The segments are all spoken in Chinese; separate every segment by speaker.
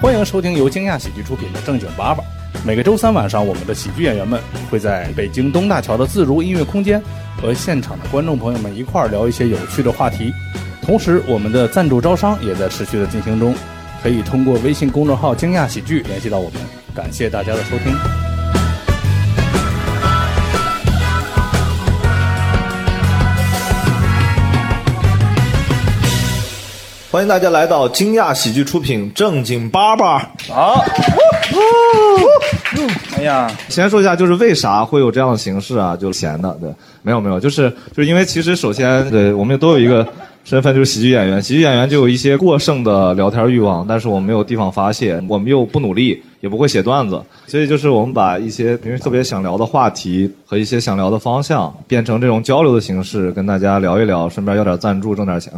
Speaker 1: 欢迎收听由惊讶喜剧出品的《正经八百》。每个周三晚上，我们的喜剧演员们会在北京东大桥的自如音乐空间和现场的观众朋友们一块儿聊一些有趣的话题。同时，我们的赞助招商也在持续的进行中，可以通过微信公众号“惊讶喜剧”联系到我们。感谢大家的 收听。
Speaker 2: 欢迎大家来到惊讶喜剧出品正经八八。
Speaker 1: 好，哎呀，
Speaker 2: 先说一下，就是为啥会有这样的形式啊？就闲的，对，没有没有，就是就是因为其实首先，对我们都有一个身份，就是喜剧演员。喜剧演员就有一些过剩的聊天欲望，但是我们没有地方发泄，我们又不努力，也不会写段子，所以就是我们把一些平时特别想聊的话题和一些想聊的方向，变成这种交流的形式，跟大家聊一聊，顺便要点赞助，挣点钱。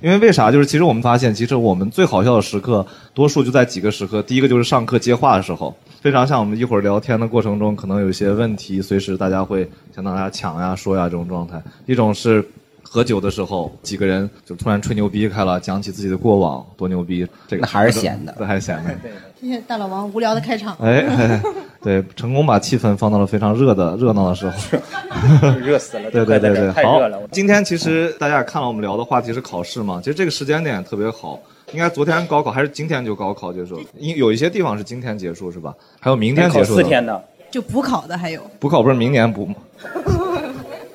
Speaker 2: 因为为啥？就是其实我们发现，其实我们最好笑的时刻，多数就在几个时刻。第一个就是上课接话的时候，非常像我们一会儿聊天的过程中，可能有一些问题，随时大家会想到大家啊抢呀、说呀这种状态。一种是喝酒的时候，几个人就突然吹牛逼开了，讲起自己的过往，多牛逼！这个
Speaker 3: 那还是闲的
Speaker 2: 那还是闲的。
Speaker 4: 谢谢大老王无聊的开场。
Speaker 2: 哎，哎 对，成功把气氛放到了非常热的热闹的时候。
Speaker 1: 热死了，
Speaker 2: 对对对对，
Speaker 1: 太
Speaker 2: 好
Speaker 1: 热了。我
Speaker 2: 今天其实大家也看了，我们聊的话题是考试嘛，其实这个时间点特别好，应该昨天高考还是今天就高考结束？因有一些地方是今天结束是吧？还有明天结
Speaker 1: 哎考
Speaker 2: 束
Speaker 1: 四
Speaker 2: 的，
Speaker 1: 天呢，
Speaker 4: 就补考的还有，
Speaker 2: 补考不是明年补吗？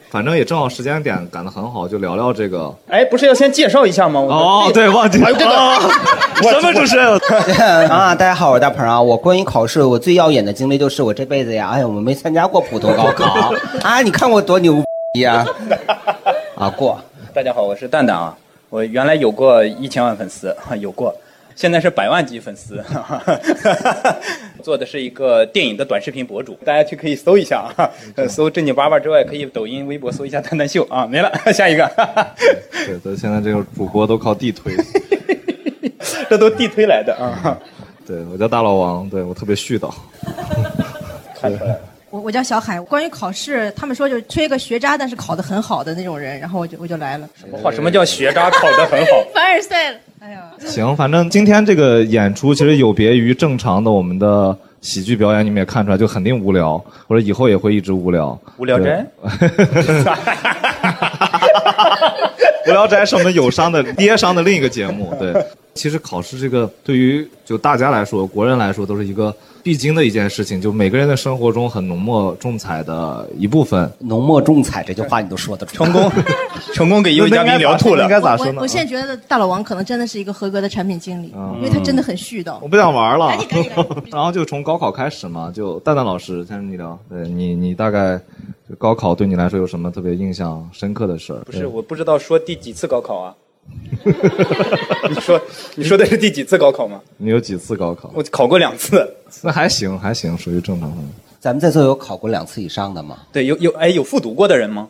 Speaker 2: 反正也正好时间点赶得很好，就聊聊这个。
Speaker 5: 哎，不是要先介绍一下吗？我
Speaker 1: 哎
Speaker 2: 哦，对，忘记了，
Speaker 5: 啊
Speaker 2: 什么主持人？
Speaker 3: 啊，大家好，我是大鹏啊。我关于考试，我最耀眼的经历就是我这辈子呀，哎呀，我没参加过普通高 考啊。你看我多牛逼呀！啊，过
Speaker 5: 大家好，我是蛋蛋啊，我原来有过一千万粉丝， 哈有过，现在是百万级粉丝， 哈哈，做的是一个电影的短视频博主，大家去可以搜一下啊，呃搜正经八八之外，可以抖音、微博搜一下蛋蛋秀啊，没了， 下一个，哈哈
Speaker 2: 对对，现在这个主播都靠地推。
Speaker 5: 这都地推来的啊，
Speaker 2: 对，我叫大老王，对我特别絮 叨。
Speaker 5: 看出来了，
Speaker 4: 我我叫小海。关于考试，他们说就缺一个学渣，但是考得很好的那种人，然后我就我就来了。
Speaker 5: 哇，什么叫学渣考得很好？
Speaker 4: 凡尔赛了，哎呀，
Speaker 2: 行，反正今天这个演出其实有别于正常的我们的喜剧表演，你们也看出来，就肯定无聊，或者以后也会一直无聊。
Speaker 5: 无聊斋
Speaker 2: 对无聊斋是我们友商的 爹商的另一个节目。对，其实考试这个对于就大家来说，国人来说都是一个必经的一件事情，就每个人的生活中很浓墨重彩的一部分。
Speaker 3: 浓墨重彩这句话你都说得出来
Speaker 5: 成功，成功给一位嘉宾聊 吐了
Speaker 2: 应。该咋
Speaker 4: 我
Speaker 2: 说呢
Speaker 4: 我？现在觉得大老王可能真的是一个合格的产品经理，因为他真的很絮叨
Speaker 2: 啊嗯我。不想玩了
Speaker 4: 赶紧赶 紧赶
Speaker 5: 嗯
Speaker 4: 紧。
Speaker 2: 然后就从高考开始嘛，就蛋蛋老师先你聊，对你你大概就高考对你来说有什么特别印象深刻的事儿？
Speaker 5: 不是，我不知道说第几次高考啊？ 你说，你说的是第几次高考吗？
Speaker 2: 你有几次高考？
Speaker 5: 我考过两次，
Speaker 2: 那还行还行，属于正常的。
Speaker 3: 咱们在座有考过两次以上的吗？
Speaker 5: 对，有有哎，有复读过的人吗？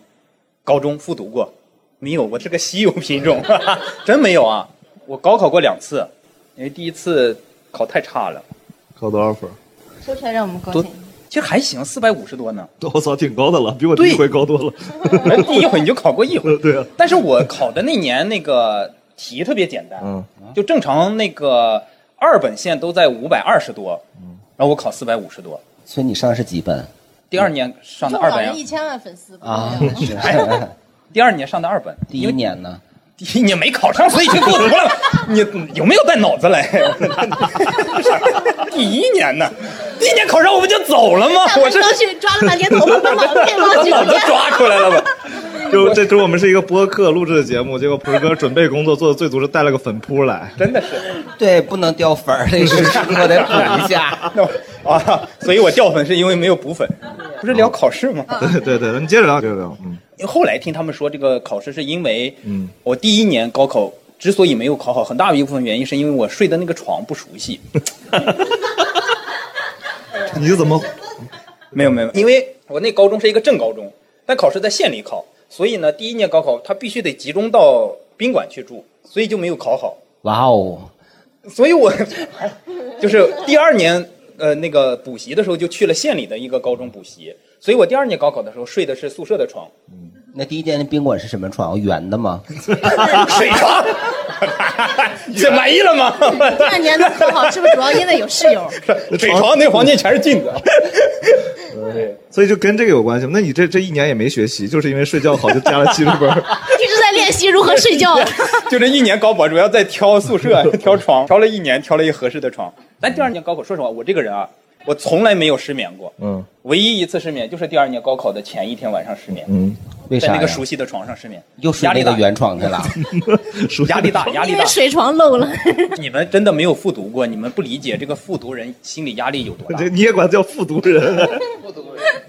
Speaker 5: 高中复读过，没有，我是个稀有品种， 真没有啊！我高考过两次，因为第一次考太差了，
Speaker 2: 考多少分？
Speaker 4: 说出来让我们高兴。
Speaker 5: 其实还行，四百五十多呢。
Speaker 2: 我操，挺高的了，比我第一回高多了。
Speaker 5: 哎第一回你就考过一回，
Speaker 2: 对啊。
Speaker 5: 但是我考的那年那个题特别简单，
Speaker 2: 嗯，
Speaker 5: 就正常那个二本线都在五百二十多，
Speaker 2: 嗯
Speaker 5: 然后我考四百五十多。
Speaker 3: 所以你上的是几本
Speaker 5: 第二年上的
Speaker 4: 中
Speaker 5: 二
Speaker 4: 老
Speaker 5: 本呀
Speaker 4: 人一，千万粉丝
Speaker 3: 啊？ 是
Speaker 5: 第二年上的二本，
Speaker 3: 第
Speaker 5: 因
Speaker 3: 一
Speaker 5: 为
Speaker 3: 年呢？
Speaker 5: 第一年没考上，所以就复 读了。你有没有带脑子来？ 第一年呢？第一年考上我不就走了吗？我是
Speaker 4: 都去抓了半天头发，把老配了
Speaker 5: 把脑子抓出来了吧？
Speaker 2: 就这周我们是一个播客录制的节目，结果鹏哥准备工作做的最足是带了个粉扑来。
Speaker 5: 真的是
Speaker 3: 对，不能掉分儿，这 是我得补一下。
Speaker 5: 那我啊，所以我掉粉是 因为没有补粉。不是聊考试吗？
Speaker 2: 对对对，你接着聊，接着聊。嗯，
Speaker 5: 后来听他们说，这个考试是因为，
Speaker 2: 嗯
Speaker 5: 我第一年高考之所以没有考好，很大一部分原因是因为我睡的那个床不熟悉。
Speaker 2: 你是怎么？
Speaker 5: 没有没有，因为我那高中是一个镇高中，但考试在县里考，所以呢，第一年高考他必须得集中到宾馆去住，所以就没有考好。
Speaker 3: 哇哦，
Speaker 5: 所以我 就是第二年呃那个补习的时候就去了县里的一个高中补习，所以我第二年高考的时候睡的是宿舍的 床，
Speaker 3: 那第一年的宾馆是什么床？圆的吗？
Speaker 5: 水床。 这满意了吗？
Speaker 4: 这两年能很好，是不是主要因为有室 友？
Speaker 5: 北床那黄金全是镜子。
Speaker 2: 所以就跟这个有关系吗。那你这这一年也没学习，就是因为睡觉好就加了七十 分儿。
Speaker 6: 一直在练习如何睡觉。
Speaker 5: 就这一年高考，主要在挑宿 舍、挑床，挑了一年，挑了一合适的床。但第二年高考，说实话，我这个人啊，我从来没有失眠过。
Speaker 2: 嗯
Speaker 5: 唯一一次失眠就是第二年高考的前一天晚上失眠，
Speaker 2: 嗯，
Speaker 3: 为
Speaker 5: 在
Speaker 3: 啥
Speaker 5: 那个
Speaker 3: 呀？
Speaker 5: 熟悉的床上失眠，
Speaker 3: 又睡
Speaker 5: 压
Speaker 3: 那
Speaker 5: 力
Speaker 3: 个
Speaker 5: 大，
Speaker 3: 原创去了，
Speaker 2: 熟悉
Speaker 5: 压 力大，压力
Speaker 6: 因
Speaker 5: 大
Speaker 6: 为。水床漏了，
Speaker 5: 你们真的没有复读过，你们不理解这个复读人心理压力有 多大
Speaker 2: 这。你也管他叫复读人，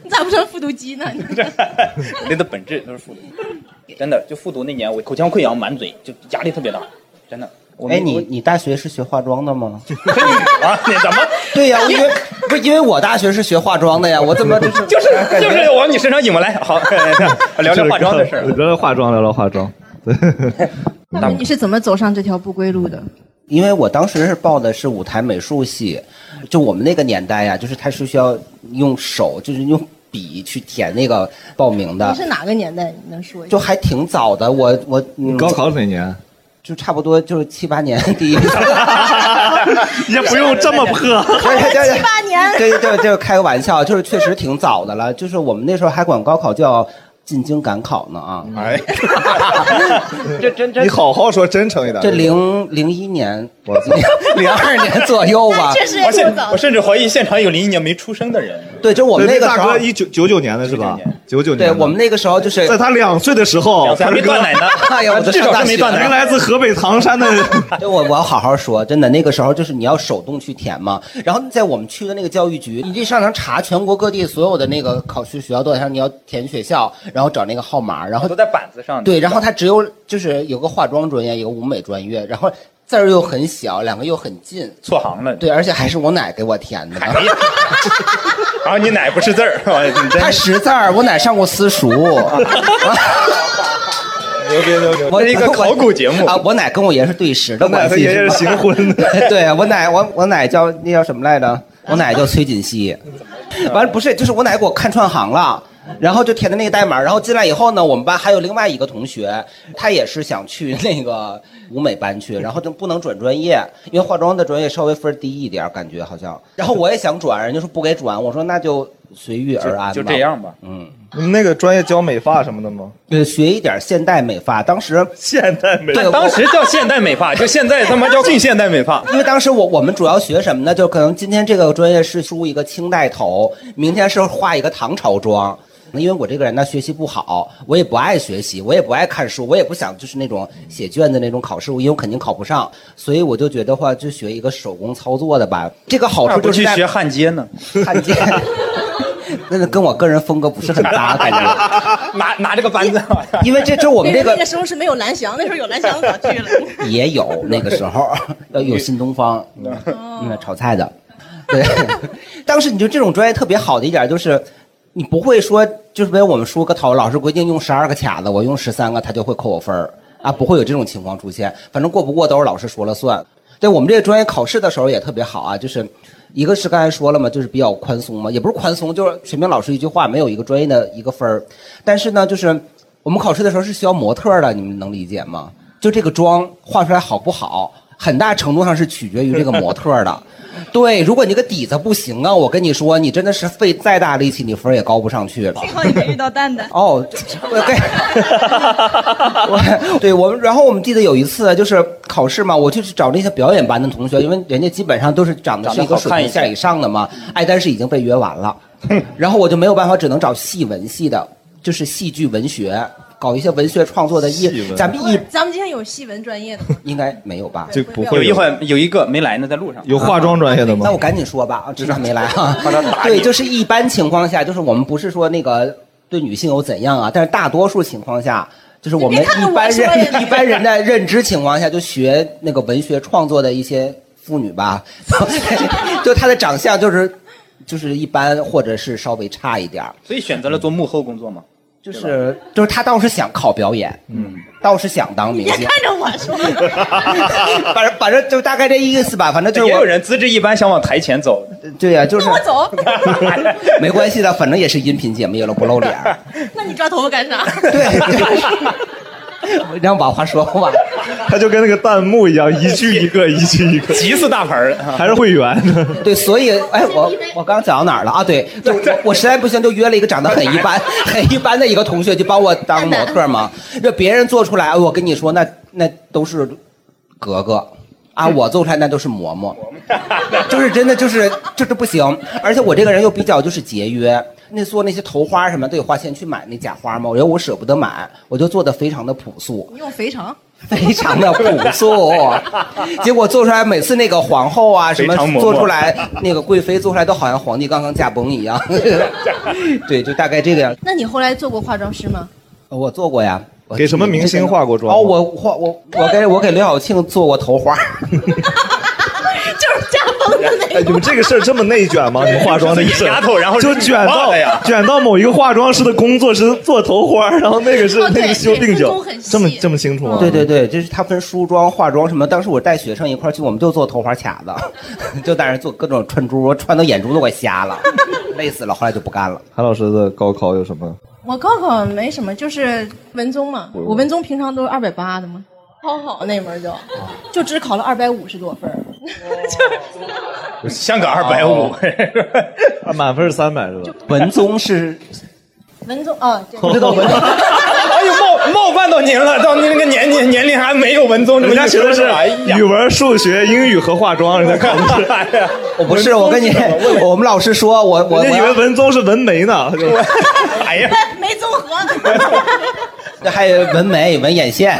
Speaker 6: 你咋不成复读机呢？
Speaker 5: 人的本质都是复读，真的就复读那年，我口腔溃疡，满嘴就压力特别大，真的。我
Speaker 3: 哎，
Speaker 5: 没
Speaker 3: 你
Speaker 5: 我
Speaker 3: 你大学是学化妆的吗？
Speaker 5: 啊，你 怎么
Speaker 3: 对呀、因为不是因为我大学是学化妆的呀，我怎么就是
Speaker 5: 就是就是往你身上引过来？好， 聊聊化妆的事儿。
Speaker 2: 聊聊 化妆，聊聊化妆。对，
Speaker 4: 那么你是怎么走上这条不归路的？
Speaker 3: 因为我当时是报的是舞台美术系，就我们那个年代呀、就是他是需要用手，就是用笔去填那个报名
Speaker 4: 你
Speaker 3: 的，
Speaker 4: 是哪个年代？你能说一
Speaker 3: 就
Speaker 4: 下？
Speaker 3: 还挺早的。我我、嗯、
Speaker 2: 高考是哪年？
Speaker 3: 就差不多就是七八年第一次，
Speaker 2: 也不用这么 破。
Speaker 3: 七
Speaker 4: 八年
Speaker 3: 对对对，开个玩笑，就是确实挺早的了。就是我们那时候还管高考叫进京赶考呢啊，
Speaker 2: 哎，
Speaker 5: 这真
Speaker 2: 你好好说，真诚一点。
Speaker 3: 这零零一年，零二年左右吧。
Speaker 6: 确实
Speaker 5: 我
Speaker 6: 也
Speaker 5: 甚
Speaker 6: 挺早
Speaker 5: 我。甚至怀疑现场有零一年没出生的 人。
Speaker 3: 对，就我们那
Speaker 2: 对
Speaker 3: 个
Speaker 2: 大
Speaker 3: 时
Speaker 2: 哥
Speaker 3: 候，
Speaker 2: 一九九九年的是吧？九九年
Speaker 3: 对
Speaker 2: 的。
Speaker 3: 我们那个时候就是
Speaker 2: 在他两岁的时候，
Speaker 5: 还没断奶 呢，
Speaker 3: 哎呀我都
Speaker 5: 至
Speaker 3: 上
Speaker 5: 少
Speaker 3: 大
Speaker 5: 是没
Speaker 3: 学
Speaker 5: 断
Speaker 3: 了
Speaker 2: 您
Speaker 5: 奶。
Speaker 2: 来自河北唐 山的，
Speaker 3: 对我我要好好说，真的，那个时候就是你要手动去填嘛。然后在我们去的那个教育局，你得上网查全国各地所有的那个考试学校多少，然后你要填学校，然后找那个号码，然后
Speaker 5: 都在板子上。
Speaker 3: 对，然后它只有就是有个化妆专业，有个舞美专业，然后字儿又很小，两个又很近，
Speaker 5: 错行了。
Speaker 3: 对，而且还是我奶给我填的。
Speaker 5: 哎呀，然啊后你奶不是字儿，你真
Speaker 3: 他识字儿，我奶上过私 塾。
Speaker 5: 牛逼牛逼！
Speaker 3: 我
Speaker 5: 这是一个 考古节目
Speaker 3: 啊，我奶跟我爷是对食的
Speaker 2: 奶
Speaker 3: 关
Speaker 2: 他
Speaker 3: 系。
Speaker 2: 爷爷是行婚的。
Speaker 3: 对我奶，我我奶叫那叫什么来着？我奶叫崔锦熙。完了不是，就是我奶给我看串行了。然后就填的那个代码，然后进来以后呢，我们班还有另外一个同学，他也是想去那个舞美班去，然后就不能转专业，因为化妆的专业稍微分儿低一点儿，感觉好像。然后我也想转，人家说不给转，我说那就随遇而安吧。
Speaker 5: 就就这样吧。
Speaker 3: 嗯，
Speaker 2: 你们那个专业教美发什么的吗？
Speaker 3: 对，呃学一点现代美发。当时
Speaker 2: 现代美
Speaker 3: 对，
Speaker 5: 当时叫现代美发，就现在 他妈叫近现代美发。
Speaker 3: 因为当时我我们主要学什么呢？就可能今天这个专业是梳一个清代头，明天是画一个唐朝妆。因为我这个人呢，学习不好，我也不爱学习，我也不爱看书，我也不想就是那种写卷子那种考试，因为我肯定考不上，所以我就觉得话就学一个手工操作的吧。这个好
Speaker 5: 那
Speaker 3: 处
Speaker 5: 不
Speaker 3: 就是
Speaker 5: 去
Speaker 3: 在
Speaker 5: 学焊接呢？
Speaker 3: 看见， 那跟我个人风格不是很搭，感觉。
Speaker 5: 拿拿这个扳子，
Speaker 3: 因为这就是我们这
Speaker 4: 那
Speaker 3: 个
Speaker 4: 个时候是没有蓝翔，那时候有蓝翔早去了。
Speaker 3: 也有那个时候要有新东方，嗯，炒菜的，对。 当时你就这种专业特别好的一点就是，你不会说就是被我们梳个头，老师规定用十二个卡子，我用十三个，他就会扣我分儿啊，不会有这种情况出现。反正过不过都是老师说了算。对我们这个专业考试的时候也特别好啊，就是一个是刚才说了嘛，就是比较宽松嘛，也不是宽松，就是水平老师一句话，没有一个专业的一个分儿。但是呢，就是我们考试的时候是需要模特儿的，你们能理解吗？就这个妆画出来好不好，很大程度上是取决于这个模特儿的。对，如果你个底子不行啊，我跟你说，你真的是费再大力气，你分儿也高不上去。。
Speaker 7: 幸好你没遇到蛋 蛋
Speaker 3: 哦，对，我对我们，然后我们记得有一次啊就是考试嘛，我就去找那些表演班的同学，因为人家基本上都是长得是一个水平线以上的嘛，哎，但是已经被约完了，然后我就没有办法，只能找戏文系的，就是戏剧文学，搞一些文学创作的
Speaker 2: 戏
Speaker 3: 艺，
Speaker 2: 文
Speaker 3: 咱们艺
Speaker 4: 咱们今天有戏文专业的吗？
Speaker 3: 应该没有吧？
Speaker 2: 就不
Speaker 5: 有
Speaker 2: 会
Speaker 5: 一会儿有一个没来呢，在路上。
Speaker 2: 有化妆专业的吗
Speaker 3: 那我？赶紧说吧，啊，这还没来 啊
Speaker 5: 怕他打。你
Speaker 3: 对，就是一般情况下，就是我们不是说那个对女性有怎样啊，但是大多数情况下，就是我们
Speaker 4: 你别看
Speaker 3: 一般
Speaker 4: 我 说
Speaker 3: 人
Speaker 4: 人
Speaker 3: 一般人的认知情况下，就学那个文学创作的一些妇女吧， 就她的长相就是就是一般，或者是稍微差一点儿
Speaker 5: 所以选择了做幕后工作嘛。
Speaker 3: 就是就是她倒是想考表演，嗯，倒是想当 明星，
Speaker 4: 看着我说，
Speaker 3: 反正反正就大概这意思吧，反正就是
Speaker 5: 也有
Speaker 3: 我，
Speaker 5: 人资质一般，想往台前走。
Speaker 3: 对呀、就是
Speaker 4: 那我走，
Speaker 3: 没关系的，反正也是音频节目，也不露脸儿。
Speaker 4: 那你抓头发干啥？
Speaker 3: 对，让把话说完。
Speaker 2: 他就跟那个弹幕一样，一句一个，一句一个，
Speaker 5: 急死大盆儿了。
Speaker 2: 还是会员。
Speaker 3: 对，所以哎，我我刚讲到哪儿了啊？对，就我我实在不行就约了一个长得很一般、很一般的一个同学，就帮我当模特 嘛。这别人做出来，哎我跟你说，那那都是格格啊，我做出来那都是嬷嬷， 就是真的就是就是不行。而且我这个人又比较就是节约，那做那些头花什么都得花钱去买那假花嘛，我觉得我舍不得买，我就做的非常的朴素。
Speaker 4: 你用肥肠，
Speaker 3: 非常的哦朴素， 结果做出来每次那个皇后啊什么
Speaker 5: 非常嬷嬷
Speaker 3: 做出来，那个贵妃做出来都好像皇帝刚刚驾崩一 样，对，就大概这个样。
Speaker 4: 那你后来做过化妆师吗？
Speaker 3: 我做过呀，我
Speaker 2: 给什么明星化过妆吗
Speaker 3: 哦，我化我我给我给刘晓庆做过头 花，
Speaker 6: 就是驾崩的那
Speaker 2: 哎，你们这个事儿这么内卷吗？你们化妆这个 事儿，
Speaker 5: 丫头然后
Speaker 2: 就卷
Speaker 5: 忘
Speaker 2: 到
Speaker 5: 了呀
Speaker 2: 卷到某一个化妆师的工作室做头花，然后那个是
Speaker 6: 哦
Speaker 2: 那
Speaker 6: 对
Speaker 2: 个修
Speaker 6: 对
Speaker 2: 定
Speaker 6: 分
Speaker 2: 酒
Speaker 6: 工很，细
Speaker 2: 这么这么清楚吗？
Speaker 3: 对对对，就是他分梳妆、化妆什么。当时我带学生一块儿去，我们就做头花卡子， 就在那儿做各种串珠，我串到眼珠子快瞎了， 累死了。后来就不干了。
Speaker 2: 韩老师的高考有什么？
Speaker 4: 我高考没什么，就是文综嘛。
Speaker 2: 我
Speaker 4: 我文综平常都是二百八的嘛，
Speaker 3: 哦
Speaker 6: 好好
Speaker 4: 我那门儿就就只考了二百五十多分儿。
Speaker 5: 香港二百五，
Speaker 2: 哦 啊，满分三百是吧？
Speaker 3: 文综是
Speaker 4: 文综啊，对
Speaker 3: 不 知道文 综。
Speaker 5: 哎呦冒冒犯到您了，到您那个 年龄年龄还没有文综这么
Speaker 2: 人家
Speaker 5: 一
Speaker 2: 学的是
Speaker 5: 哎呀
Speaker 2: 语，文、数学、英语和化妆，人家 考的是。
Speaker 5: 哎呀
Speaker 3: 我不是，我 跟你，我们老师说，我我我
Speaker 2: 人家以为
Speaker 3: 要
Speaker 2: 文综是文媒呢，就
Speaker 5: 哎呀，
Speaker 6: 没综合，
Speaker 3: 还有纹眉、纹眼线、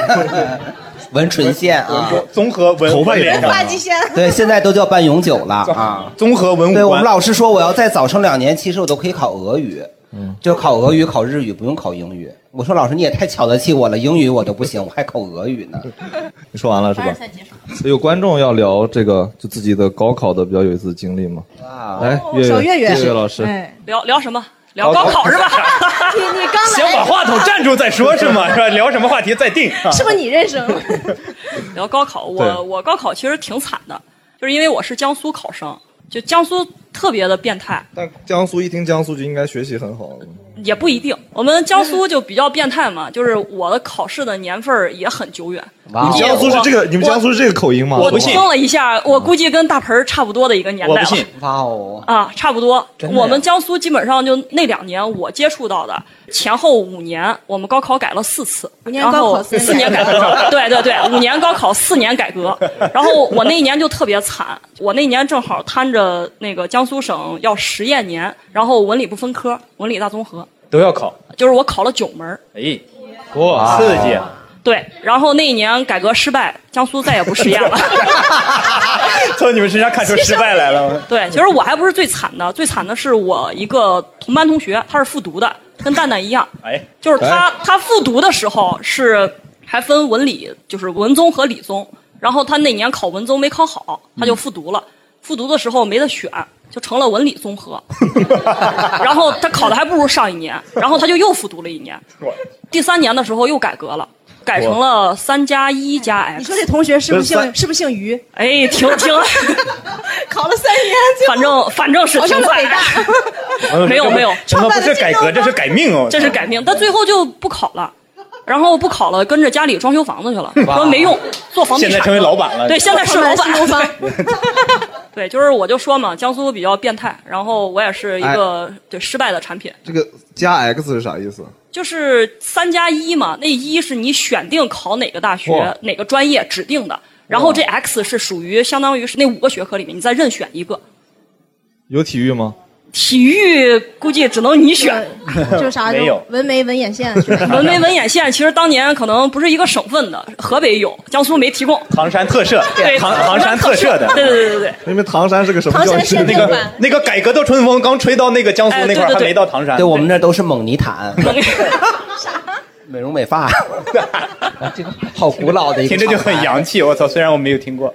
Speaker 3: 纹唇线啊。
Speaker 5: 综合文
Speaker 2: 头发也
Speaker 5: 脸
Speaker 2: 不
Speaker 5: 上
Speaker 6: 发际线。
Speaker 3: 对，现在都叫半永久了啊。
Speaker 5: 啊综合文武
Speaker 3: 对我们
Speaker 5: 官，
Speaker 3: 老师说，我要再早生两年，其实我都可以考俄语，
Speaker 2: 嗯
Speaker 3: 就考俄语、考日语，不用考英语。我说老师，你也太瞧得起我了，英语我都不行，我还考俄语 呢。
Speaker 2: 你 说完了是吧？
Speaker 6: 赛结束，
Speaker 2: 有观众要聊这个，就自己的高考的比较有意思的经历吗？
Speaker 3: 啊，
Speaker 2: 来，
Speaker 4: 哦
Speaker 2: 月
Speaker 4: 小
Speaker 2: 月
Speaker 4: 月月
Speaker 2: 哎月月老师，
Speaker 4: 哎，
Speaker 7: 聊聊什么？聊高考是吧？
Speaker 6: 你 你刚
Speaker 5: 先把
Speaker 6: 来
Speaker 5: 话筒站住再说是吗？是吧？聊什么话题再定。 啊
Speaker 6: 是不是你认识吗？
Speaker 7: 聊高考，
Speaker 2: 对
Speaker 7: 我我高考其实挺惨的，就是因为我是江苏考生，就江苏特别的变态，
Speaker 2: 但江苏一听江苏就应该学习很好。
Speaker 7: 也不一定。我们江苏就比较变态嘛，就是我的考试的年份儿也很久远。
Speaker 3: 哇
Speaker 2: 哦你们
Speaker 7: 也
Speaker 2: 江苏是这个，
Speaker 7: 我
Speaker 2: 你们江苏是这个口音吗？
Speaker 5: 我不
Speaker 7: 我
Speaker 5: 信
Speaker 7: 称了一下，我估计跟大盆儿差不多的一个年代
Speaker 5: 我
Speaker 7: 了。
Speaker 5: 不信，
Speaker 3: 哇哦，
Speaker 7: 啊，差不多。
Speaker 5: 真的呀
Speaker 7: 我们江苏基本上就那两年我接触到的，前后五年我们高考改了四次，
Speaker 4: 五年
Speaker 7: 然后
Speaker 4: 高考四
Speaker 7: 四
Speaker 4: 年
Speaker 7: 年改革， 对对对，五年高考四年改革。然后我那一年就特别惨，我那一年正好摊着那个江苏省要实验年，然后文理不分科，文理大综合，
Speaker 5: 都要考，
Speaker 7: 就是我考了九门儿。
Speaker 5: 哎，哇，刺激！啊
Speaker 7: 对，然后那一年改革失败，江苏再也不实验了。
Speaker 5: 从你们身上看出失败来了 吗？
Speaker 7: 对，其实我还不是最惨的，最惨的是我一个同班同学，他是复读的，跟蛋蛋一样。
Speaker 5: 哎，
Speaker 7: 就是他他复读的时候是还分文理，就是文综和理综。然后他那年考文综没考好，他
Speaker 5: 嗯
Speaker 7: 就复读了。复读的时候没得选，就成了文理综合。 然后他考的还不如上一年，然后他就又复读了一 年。第三年的时候又改革了，改成了三加一加 X。
Speaker 4: 你说这同学是
Speaker 2: 不
Speaker 4: 不是
Speaker 2: 是三
Speaker 4: 姓是不是姓于？
Speaker 7: 哎，停停，
Speaker 4: 考了三年，
Speaker 7: 反正反正是
Speaker 4: 好像
Speaker 7: 停
Speaker 4: 是
Speaker 7: 在
Speaker 4: 北大。
Speaker 7: 没有没有
Speaker 5: 什么不是改革，这是改命哦，
Speaker 7: 这是改命，但最后就不考了。然后不考了，跟着家里装修房子去了，说没用，做房地
Speaker 5: 现
Speaker 7: 产。
Speaker 5: 在成为老板了。
Speaker 7: 对，现在是老
Speaker 4: 新东方
Speaker 7: 板。 对，就是我就说嘛，江苏比较变态，然后我也是一个、
Speaker 5: 哎
Speaker 7: 对失败的产品，
Speaker 2: 这个加 X 是啥意思？
Speaker 7: 就是三加一嘛，那一是你选定考哪个大
Speaker 2: 哇
Speaker 7: 学、哪个专业指定的，然后这 X 是属于相当于是那五个学科里面你再任选一个，
Speaker 2: 有体育吗？
Speaker 7: 体育估计只能你选。
Speaker 4: 就是啥？
Speaker 5: 没有
Speaker 4: 就纹眉、纹眼线是吧？
Speaker 7: 文眉文眼线其实当年可能不是一个省份的，河北有，江苏没提供。
Speaker 5: 唐山特赦，
Speaker 7: 对，
Speaker 5: 唐唐山特赦的。
Speaker 7: 对对对对对。
Speaker 2: 因为唐山是个什么
Speaker 6: 唐
Speaker 2: 教
Speaker 6: 山
Speaker 2: 育？
Speaker 6: 县
Speaker 5: 那
Speaker 6: 政
Speaker 5: 个
Speaker 6: 版，
Speaker 5: 那个改革的春风刚吹到那个江苏
Speaker 7: 哎
Speaker 5: 那块
Speaker 7: 对
Speaker 5: 儿，
Speaker 7: 对
Speaker 5: 还
Speaker 7: 对
Speaker 5: 没到唐山。
Speaker 3: 对我们那都是蒙尼 坦、美容美发，这个好古老的一个。
Speaker 5: 听着就很。洋气，我操！虽然我没有听过，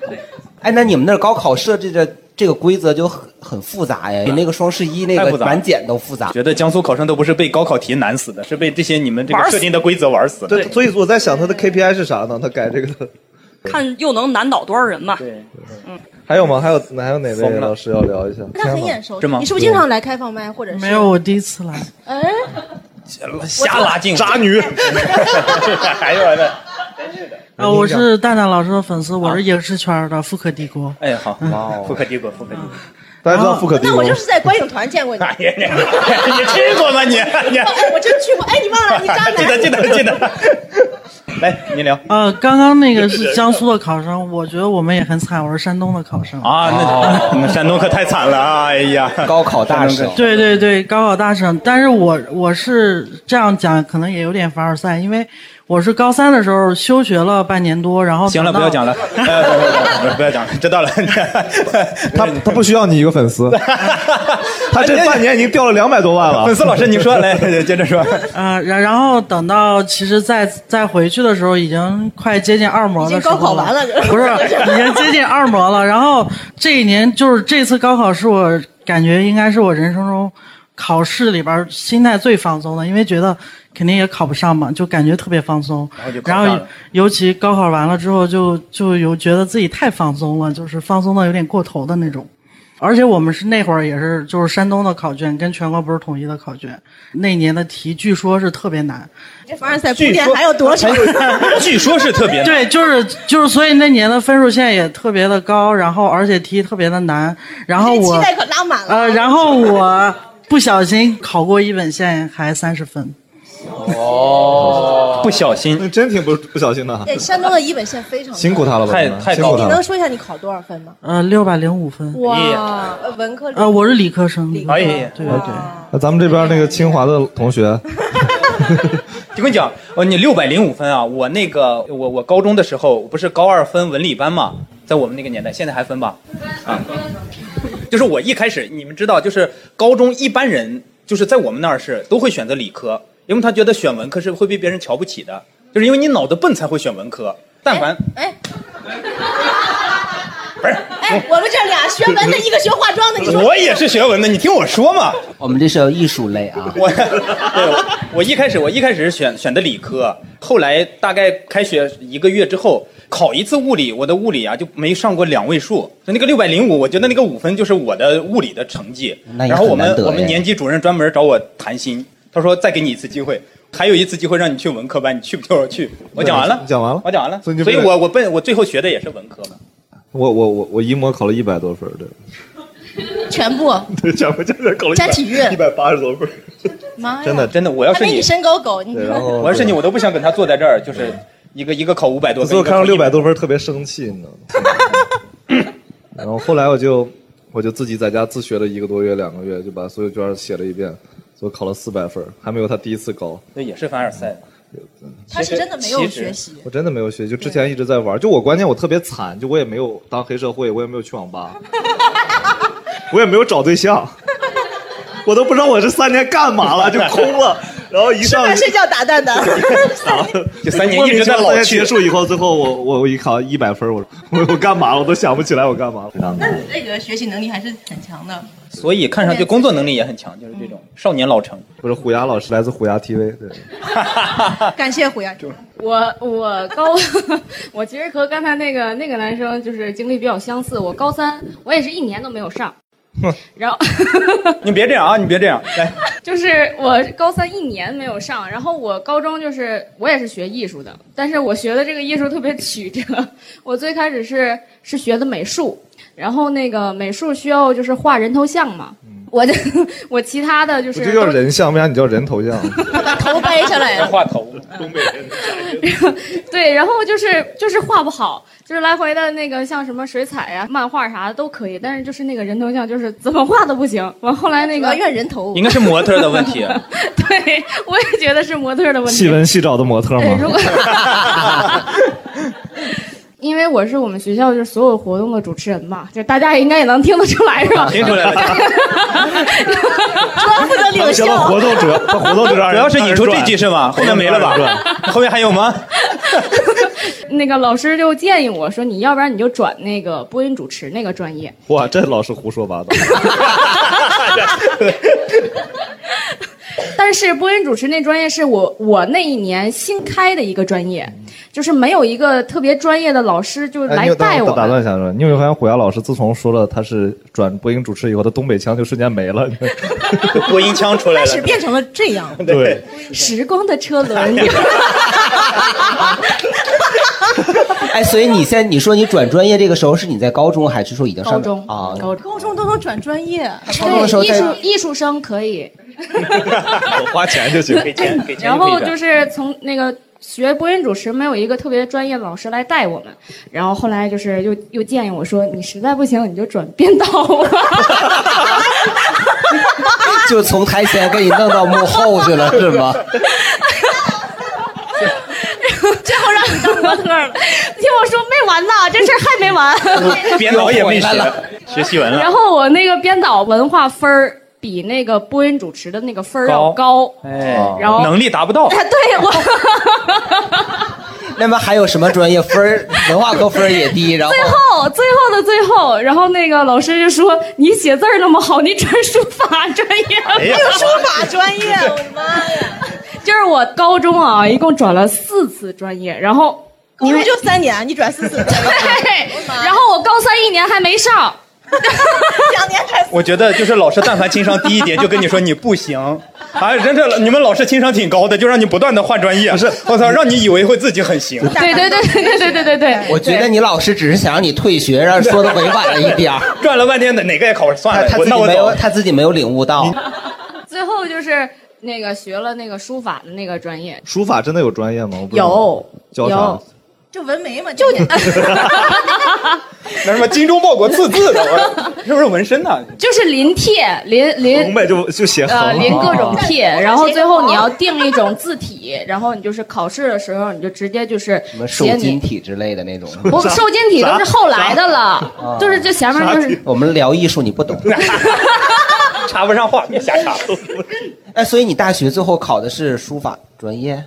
Speaker 3: 哎，那你们那儿高考设置的这个规则就很很复杂呀，比那个双十一那
Speaker 5: 太
Speaker 3: 个
Speaker 5: 复杂了
Speaker 3: 满减都复杂。
Speaker 5: 觉得江苏考生都不是被高考题难死的，是被这些你们这
Speaker 7: 玩
Speaker 5: 个
Speaker 7: 死
Speaker 5: 设定的规则玩死的。
Speaker 2: 对，所以我在想他的 KPI 是啥呢？他改这个的
Speaker 7: 看又能难倒多少人嘛？
Speaker 5: 对，
Speaker 2: 还有吗？还有还有哪
Speaker 5: 疯
Speaker 2: 位
Speaker 5: 了
Speaker 2: 老师要聊一下？
Speaker 4: 那很眼熟，
Speaker 5: 是吗
Speaker 4: 你是不是经常来开放麦，或者是
Speaker 8: 没有，？我第一次来。
Speaker 4: 哎，
Speaker 5: 瞎拉近
Speaker 2: 渣女，
Speaker 5: 哎呦我的，
Speaker 8: 啊，我是蛋蛋老师的粉丝，我是影视圈的富可敌国。
Speaker 5: 啊哎，好，
Speaker 2: 哇哦
Speaker 5: 富可敌国，富可敌国。
Speaker 2: 大家知
Speaker 7: 哦
Speaker 2: 道富可敌
Speaker 4: 那
Speaker 2: 国
Speaker 4: 我
Speaker 2: 吗
Speaker 4: 就？是在观影团见过你，
Speaker 5: 哎呀，你 你吃过吗你？你
Speaker 4: 我真去过。哎，你忘了你渣
Speaker 5: 记得
Speaker 4: 男？
Speaker 5: 记得记得。来，您聊
Speaker 8: 呃，刚刚那个是江苏的考生，我觉得我们也很惨，我是山东的考生。
Speaker 5: 啊，那 那山东可太惨了啊！哎呀，
Speaker 3: 哦高考大省，
Speaker 5: 啊
Speaker 8: 对对对，高考大省。但是我我是这样讲，可能也有点凡尔赛，因为我是高三的时候休学了半年多，然后
Speaker 5: 行了，不要讲
Speaker 8: 了。
Speaker 5: 了，呃不不不不不要讲了，知道了。
Speaker 2: 他他不需要你一个粉丝，他这半年已经掉了两百多万
Speaker 5: 粉
Speaker 2: 了。
Speaker 5: 丝老师，你 说来，接 着说。
Speaker 8: 啊，然、然后等到其实再再回去的时候，已经快接近二模的时候
Speaker 4: 已经高考完了
Speaker 8: 不是，已经接近二模了。然后这一年就是这次高考是我感觉应该是我人生中考试里边心态最放松的，因为觉得肯定也考不上嘛，就感觉特别放松
Speaker 5: 然后就。考
Speaker 8: 然
Speaker 5: 上
Speaker 8: 后
Speaker 5: 了
Speaker 8: 尤其高考完了之后就，就有觉得自己太放松了，就是放松的有点过头的那种。而且我们是那会儿也是，就是山东的考卷跟全国不是统一的考卷，那年的题据说是特别难。
Speaker 4: 这 凡尔赛铺垫还有多少？
Speaker 5: 据 说是特别难
Speaker 8: 对，就是就是，所以那年的分数线也特别的高，然后而且题特别的难，然后
Speaker 4: 这期
Speaker 8: 我
Speaker 4: 待可拉
Speaker 5: 啊
Speaker 4: 满了。
Speaker 8: 呃，然后我不小心考过一本线还三十分。
Speaker 5: 不小心，
Speaker 2: 那哦真挺不不小心的，
Speaker 4: 对，哎山东的一本线非
Speaker 5: 啊
Speaker 4: 常高
Speaker 2: 辛苦。他了吧？
Speaker 5: 太
Speaker 2: 真的
Speaker 5: 太
Speaker 2: 辛苦
Speaker 5: 高
Speaker 2: 他
Speaker 4: 你
Speaker 2: 了
Speaker 4: 能。说一下你考多少分吗？
Speaker 8: 呃，六百零五分。
Speaker 4: 哇，呃文科
Speaker 8: 呃，我是理科生。
Speaker 4: 理科
Speaker 5: 哎呀，
Speaker 8: 对对对，
Speaker 2: 那咱们这边那个清华的同学，
Speaker 5: 就跟你讲，哦，你六百零五分啊！我那个，我我高中的时候不是高二分文理班嘛，在我们那个年代，现在还分吧？啊， 就是我一开始，你们知道，就是高中一般人，就是在我们那儿是都会选择理科，因为他觉得选文科是会被别人瞧不起的，就是因为你脑子笨才会选文科。但凡
Speaker 4: 哎
Speaker 5: 不是，
Speaker 4: 哎，我们这俩学文 的，一个学化妆的，你说
Speaker 5: 我也是学文的，你听我说嘛。
Speaker 3: 我们这是艺术类啊。
Speaker 5: 我对我我一开始我一开始是选选的理科，后来大概开学一个月之后考一次物理，我的物理啊就没上过两位数，就那个六百零五，我觉得那个五分就是我的物理的成绩。
Speaker 3: 那也
Speaker 5: 然后我
Speaker 3: 很
Speaker 5: 们
Speaker 3: 难得
Speaker 5: 我们
Speaker 2: 哎
Speaker 3: 耶
Speaker 5: 年级主任专门找我谈心，他说再给你一次机会。还有一次机会让你去文科班，你去不去？我去，我讲完了，
Speaker 2: 你讲完了
Speaker 5: 我讲完了。
Speaker 2: 所以你就
Speaker 5: 所以
Speaker 2: 被
Speaker 5: 我我笨，我最后学的也是文科嘛。
Speaker 2: 我我我我一模考了一百多分儿，对，
Speaker 4: 全部
Speaker 2: 对，全部加起来考了
Speaker 4: 加体育
Speaker 2: 一百八十多分儿，
Speaker 4: 妈呀！
Speaker 2: 真的，
Speaker 5: 真的，我要
Speaker 4: 他
Speaker 5: 是
Speaker 4: 比
Speaker 5: 你
Speaker 4: 你，身高狗，你
Speaker 2: 对，然后
Speaker 5: 我要是你，我都不想跟他坐在这儿，就是一个一个考五百多
Speaker 2: 我
Speaker 5: 分，
Speaker 2: 最后
Speaker 5: 一个
Speaker 2: 看到
Speaker 5: 考
Speaker 2: 六百
Speaker 5: 100
Speaker 2: 多分儿特别生气，你知道吗？然后后来我就我就自己在家自学了一个多月、两个月，就把所有卷儿写了一遍，最后考了四百分儿，还没有他第一次高。
Speaker 5: 那也是凡尔赛。
Speaker 4: 他是真的没有学习。
Speaker 2: 我真的没有学，就之前一直在玩儿。就我关键我特别惨，就我也没有当黑社会，我也没有去网吧，我也没有找对象，我都不知道我这三年干嘛了，就空了。然后一上
Speaker 4: 那睡觉打蛋的，
Speaker 5: 就三年一直在老
Speaker 2: 老
Speaker 5: 去
Speaker 2: 结束以后，最后我我我一考一百分儿，我我我干嘛了？我都想不起来我干嘛了。
Speaker 4: 你这个学习能力还是很强的。
Speaker 5: 所以看上去工作能力也很强，就是这种少年老成。
Speaker 2: 不是虎牙老师来自虎牙 TV，对，
Speaker 4: 感谢虎牙，
Speaker 6: 我我高， 我其实和刚才那个那个男生就是经历比较相似。我高三，我也是一年都没有上，然后
Speaker 5: 你别这样啊！你别这样，来，
Speaker 6: 就是我高三一年没有上，然后我高中就是我也是学艺术的，但是我学的这个艺术特别曲折。我最开始是是学的美术，然后那个美术需要就是画人头像嘛，
Speaker 4: 嗯
Speaker 6: 我就 我其他的就是
Speaker 2: 我这叫
Speaker 6: 都
Speaker 2: 人像，为啥你叫人头像？
Speaker 4: 把头掰下
Speaker 6: 哎
Speaker 4: 来
Speaker 5: 这
Speaker 4: 了。
Speaker 5: 话头，
Speaker 6: 对，然后就是就是画不好，就是来回的那个像什么水彩呀、漫画啥的都可以，但是就是那个人头像就是怎么画都不行。完后来那
Speaker 4: 主
Speaker 6: 个
Speaker 4: 要怨人头
Speaker 5: 应，该是模特的问题。 啊
Speaker 6: 对我也觉得是模特的问题，
Speaker 2: 细纹细找的模特
Speaker 6: 对，如
Speaker 2: 吗？
Speaker 6: 果 因为我是我们学校就是所有活动的主持人嘛，就大家应该也能听得出来是吧？
Speaker 5: 听出 来了，
Speaker 4: 主要负责领
Speaker 2: 行
Speaker 4: 袖。
Speaker 2: 了，活动主要 活动主要
Speaker 5: 主要是引出这句是吗？后面没了 吧？ 后面还有吗？
Speaker 6: 那个老师就建议我说，你要不然你就转那个播音主持那个专业。
Speaker 2: 哇，这老是胡说八道。
Speaker 6: 但是播音主持那专业是我我那一年新开的一个专业，就是没有一个特别专业的老师就
Speaker 2: 哎，你
Speaker 6: 来
Speaker 2: 有
Speaker 6: 带
Speaker 2: 我
Speaker 6: 我
Speaker 2: 打
Speaker 6: 们。
Speaker 2: 断一下说，你有没有发现虎牙老师自从说了他是转播音主持以后，他东北腔就瞬间没了。
Speaker 5: 播音腔 出来
Speaker 4: 开始
Speaker 5: 了，
Speaker 4: 变成了这样，
Speaker 2: 对，
Speaker 3: 哎
Speaker 6: 时光的车轮，
Speaker 3: 哎，所以你现在你说你转专业这个时候是你在高中还是说已经上
Speaker 6: 高中
Speaker 3: 啊？
Speaker 6: 高
Speaker 4: 高中都能转专业，
Speaker 3: 高中的时候
Speaker 6: 对，艺
Speaker 3: 在
Speaker 6: 术艺术生可以，
Speaker 5: 我花钱就行， 给钱给钱
Speaker 6: 然
Speaker 5: 就可以
Speaker 6: 后
Speaker 5: 转
Speaker 6: 就是从那个学播音主持，没有一个特别专业的老师来带我们。然后后来就是又又建议我说，你实在不行你就转编导 吧。
Speaker 3: 就从台前给你弄到幕后去了是吗？
Speaker 6: 最后让你当模特了，听我说没完呢，这事儿还没完。
Speaker 5: 编导也没学
Speaker 3: 又回来了，
Speaker 5: 学习文
Speaker 6: 然
Speaker 5: 了。
Speaker 6: 后我那个编导文化分儿比那个播音主持的那个分儿要高。
Speaker 5: 哎
Speaker 3: 哦，
Speaker 6: 然后
Speaker 5: 能力达不 到，
Speaker 6: 哎对我，
Speaker 3: 那么还有什么专业分儿？文化课分儿也低，然后
Speaker 6: 最后最后的最后，然后那个老师就说：“你写字儿那么好，你转书法专业吧。
Speaker 5: 哎呀，
Speaker 4: 书法专业，我的妈呀，
Speaker 6: 就是我高中啊，一共转了四次专业，然后
Speaker 4: 高中就三年，你转四次，
Speaker 6: 对，然后我高三一年还没上，
Speaker 4: 两年转四次。
Speaker 5: 我觉得就是老师，但凡情商低一点，就跟你说你不行。啊，真的，你们老师情商挺高的，就让你不断的换专业。不是，我操，让你以为会自己很行。
Speaker 6: 对对对对对对对对对，
Speaker 3: 我觉得你老师只是想让你退学，让说的委婉了一点儿。
Speaker 5: 转了半天哪哪个也考不上算
Speaker 3: 他
Speaker 5: 了，
Speaker 3: 他
Speaker 5: 我
Speaker 3: 自
Speaker 5: 那
Speaker 3: 己
Speaker 5: 我
Speaker 3: 没有
Speaker 5: 走。
Speaker 3: 他自己没有领悟到，
Speaker 6: 最后就是那个学了那个书法的那个专业，
Speaker 2: 书法真的有专业吗？我不知道
Speaker 6: 有
Speaker 2: 教啥
Speaker 6: 有？
Speaker 4: 就纹眉嘛，就你
Speaker 5: 那什么精忠报国自字的，我是不是纹身呢？
Speaker 6: 就是临帖，临
Speaker 2: 明
Speaker 6: 临
Speaker 2: 白就就写横
Speaker 6: 呃临各 种帖，
Speaker 4: 啊
Speaker 6: 然后最后你要定一种字体，然后你就是考试的时候你就直接就是
Speaker 3: 什么受
Speaker 6: 写
Speaker 3: 金
Speaker 6: 你。
Speaker 3: 体之类的那种。
Speaker 6: 我瘦金体都是后来的 了，就是这前面就是
Speaker 3: 我们聊艺术你不懂，
Speaker 5: 插不上话，别瞎插。
Speaker 3: 哎，所以你大学最后考的是书法专业，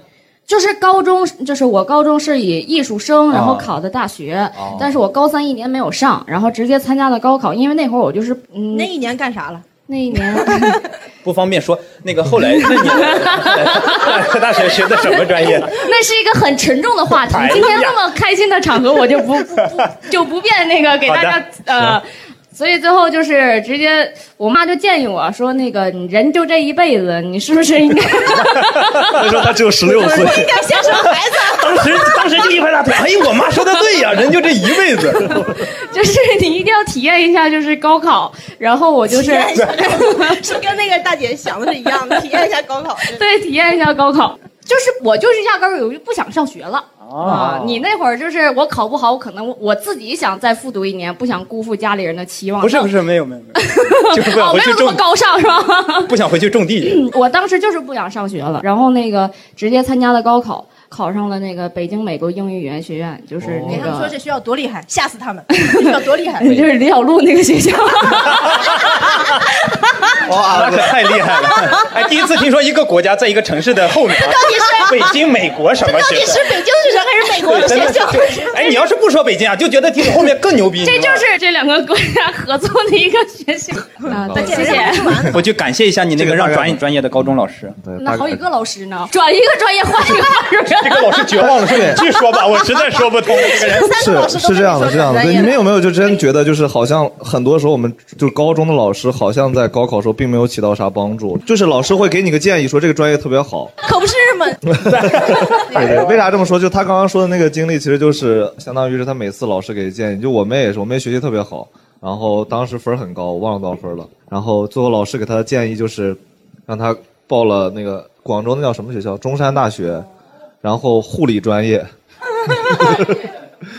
Speaker 6: 就是高中，就是我高中是以艺术生，然
Speaker 3: 啊
Speaker 6: 后考的大学，
Speaker 3: 哦
Speaker 6: 但是我高三一年没有上，然后直接参加了高考，因为那会儿我就是嗯
Speaker 4: 那一年干啥了？
Speaker 6: 那一 年
Speaker 5: 不方便说。那个后来，那你 上大学学的什么专业？
Speaker 6: 那是一个很沉重的话题
Speaker 5: 哎呀。
Speaker 6: 今天这么开心的场合，我就不不不就不便那个给大
Speaker 5: 好
Speaker 6: 家
Speaker 5: 的
Speaker 6: 呃。所以最后就是直接，我妈就建议我说：“那个你人就这一辈子，你是不是应该？”
Speaker 2: 他说他只有十六岁，
Speaker 4: 应该先生孩子，
Speaker 5: 当时当时就一拍大腿，哎呦，我妈说的对呀，人就这一辈子。
Speaker 6: 就是你一定要体验一下，就是高考。然后我就是
Speaker 4: 体验 一下，是跟那个大姐想的是一样的，体验一下高考。真的
Speaker 6: 对，体验一下高考。就是我就是压根儿有就不想上学了
Speaker 5: 哦
Speaker 6: 啊！你那会儿就是我考不好，我可能我自己想再复读一年，不想辜负家里人的期望。
Speaker 5: 不是不
Speaker 6: 是，
Speaker 5: 是，没有没有没有，就是不
Speaker 6: 哦，
Speaker 5: 想回
Speaker 6: 没
Speaker 5: 去
Speaker 6: 有那么
Speaker 5: 种，
Speaker 6: 高尚是吧？嗯
Speaker 5: 不想回去种地。
Speaker 6: 我当时就是不想上学了，然后那个直接参加了高考，考上了那个北京美国英语语言学院，就是
Speaker 5: 哦
Speaker 4: 给
Speaker 6: 那
Speaker 4: 他们说
Speaker 6: 个，
Speaker 4: 这学校多厉害， 吓死他们！这学校多厉 害
Speaker 6: 就是李小璐那个学校。
Speaker 5: 那可太厉害了！哎，第一次听说一个国家在一个城市的后面，北京、美国什么
Speaker 4: 到
Speaker 5: 学
Speaker 4: 底是
Speaker 5: 校？
Speaker 4: 北京学校还是美国的
Speaker 5: 对，真
Speaker 4: 学
Speaker 5: 的是
Speaker 4: 校？
Speaker 5: 对。哎，你要是不说北京啊，就觉得听后面更牛逼。
Speaker 6: 这
Speaker 5: 你知
Speaker 6: 就
Speaker 5: 道吗
Speaker 6: 是这两个国家合作的一个学校啊！对，谢谢。
Speaker 5: 我去感谢一下你那个让
Speaker 2: 这个大概
Speaker 5: 专业专业的高中老师。
Speaker 2: 对
Speaker 6: 那
Speaker 2: 大
Speaker 6: 好几
Speaker 2: 概
Speaker 6: 个老师呢，转一个专业换一个班主任。
Speaker 5: 这个老师绝望了，说你去说吧，我实在说不通这个人。
Speaker 4: 三个老
Speaker 2: 是
Speaker 4: 师都
Speaker 2: 是这样的，
Speaker 4: 跟你说
Speaker 2: 是这样的。
Speaker 4: 专
Speaker 2: 对，
Speaker 4: 业
Speaker 2: 你们有没有就真觉得就是好像很多时候我们就高中的老师好像在高考时候并没有起到啥帮助，就是老师会给你个建议说这个专业特别好，
Speaker 4: 可不是吗？
Speaker 2: 对对，为啥这么说？就他刚刚说的那个经历，其实就是相当于是他每次老师给建议。就我妹也是，我妹学习特别好，然后当时分儿很高，我忘了多少分儿了。然后最后老师给她的建议就是，让她报了那个广州那叫什么学校？中山大学，然后护理专业。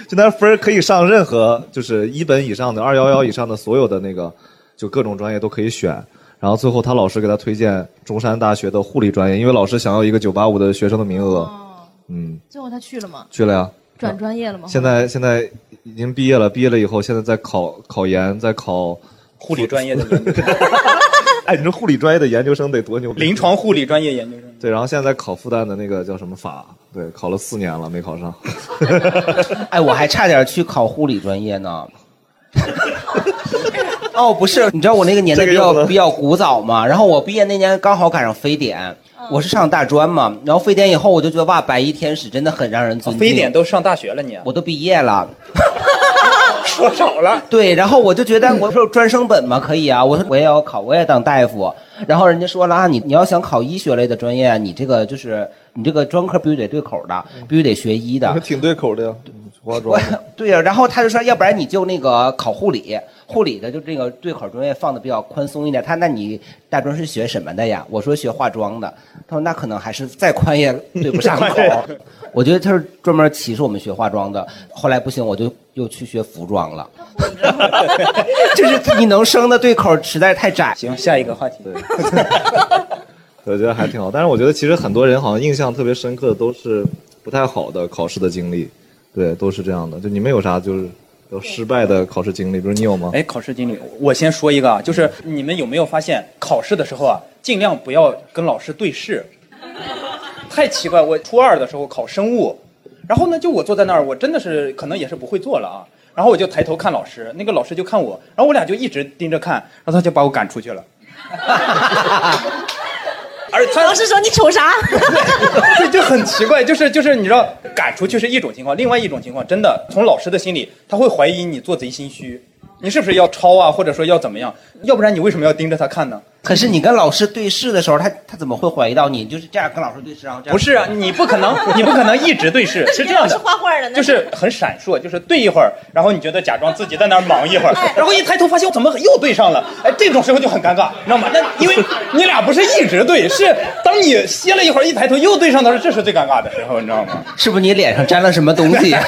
Speaker 2: 就那分儿可以上任何，就是一本以上的、二幺幺以上的所有的那个，就各种专业都可以选。然后最后他老师给他推荐中山大学的护理专业，因为老师想要一个九八五的学生的名额。嗯，
Speaker 4: 最后他去了吗？
Speaker 2: 去了呀。
Speaker 4: 转专
Speaker 3: 哦
Speaker 4: 业了吗？
Speaker 2: 现在现在已经毕业了，毕业了以后，现在在考考研，在考。
Speaker 5: 护理专业的研究生，
Speaker 2: 哎，你说护理专业的研究生得多牛逼！
Speaker 5: 临床护理专业研究生。
Speaker 2: 对，然后现在在考复旦的那个叫什么法，对，考了四年了没考上。
Speaker 3: 哎，我还差点去考 护理专业呢。 哦，不是，你知道我那个年代
Speaker 2: 这
Speaker 3: 比
Speaker 2: 个
Speaker 3: 较
Speaker 2: 用了
Speaker 3: 比较古早嘛，然后我毕业那年刚好赶上非典，我是上大专嘛，然后非典以后我就觉得哇，白衣天使真的很让人尊敬。
Speaker 5: 哦非典都上大学了，你啊
Speaker 3: 我都毕业了，
Speaker 5: 说少了。
Speaker 3: 对，然后我就觉得我说专升本嘛可以啊，我说我也要考，我也当大夫。然后人家说了啊，你你要想考医学类的专业，你这个就是你这个专科必须得对口的，必须得学医的。
Speaker 2: 挺对口的呀，化妆。
Speaker 3: 对呀、然后他就说，要不然你就那个考护理，护理的就这个对口专业放的比较宽松一点。他那你大专是学什么的呀？我说学化妆的。他说那可能还是再宽也对不上口
Speaker 5: 宽也。
Speaker 3: 我觉得他是专门歧视我们学化妆的。后来不行，我就又去学服装了。 就是你能升的对口实在太窄。
Speaker 5: 行，下一个话题。
Speaker 2: 我觉得还挺好。但是我觉得其实很多人好像印象特别深刻的都是不太好的考试的经历，对，都是这样的。就你们有啥就是有失败的考试经历？比如你有吗？
Speaker 5: 哎，考试经理，我先说一个啊，就是你们有没有发现，考试的时候啊，尽量不要跟老师对视，太奇怪。我初二的时候考生物，然后呢，就我坐在那儿，我真的是可能也是不会做了啊，然后我就抬头看老师，那个老师就看我，然后我俩就一直盯着看，然后他就把我赶出去了。而他
Speaker 9: 老师说你瞅啥？
Speaker 5: 这 就很奇怪，就是就是你知道，赶出去是一种情况，另外一种情况，真的从老师的心里，他会怀疑你做贼心虚，你是不是要抄啊，或者说要怎么样，要不然你为什么要盯着他看呢？
Speaker 3: 可是你跟老师对视的时候，他他怎么会怀疑到你？就是 这样跟老师对视，然后这样
Speaker 5: 不是啊，你不可能，你不可能一直对视，是这样
Speaker 9: 是
Speaker 5: 的。
Speaker 9: 画画的，那
Speaker 5: 就是很闪烁，就是对一会儿，然后你觉得假装自己在那儿忙一会儿
Speaker 9: 哎，
Speaker 5: 然后一抬头发现我怎么又对上了，哎，这种时候就很尴尬，你知道吗？那因为你俩不是一直对，是当你歇了一会儿一抬头又对上的时候，这是最尴尬的时候，你知道吗？
Speaker 3: 是不是你脸上沾了什么东西？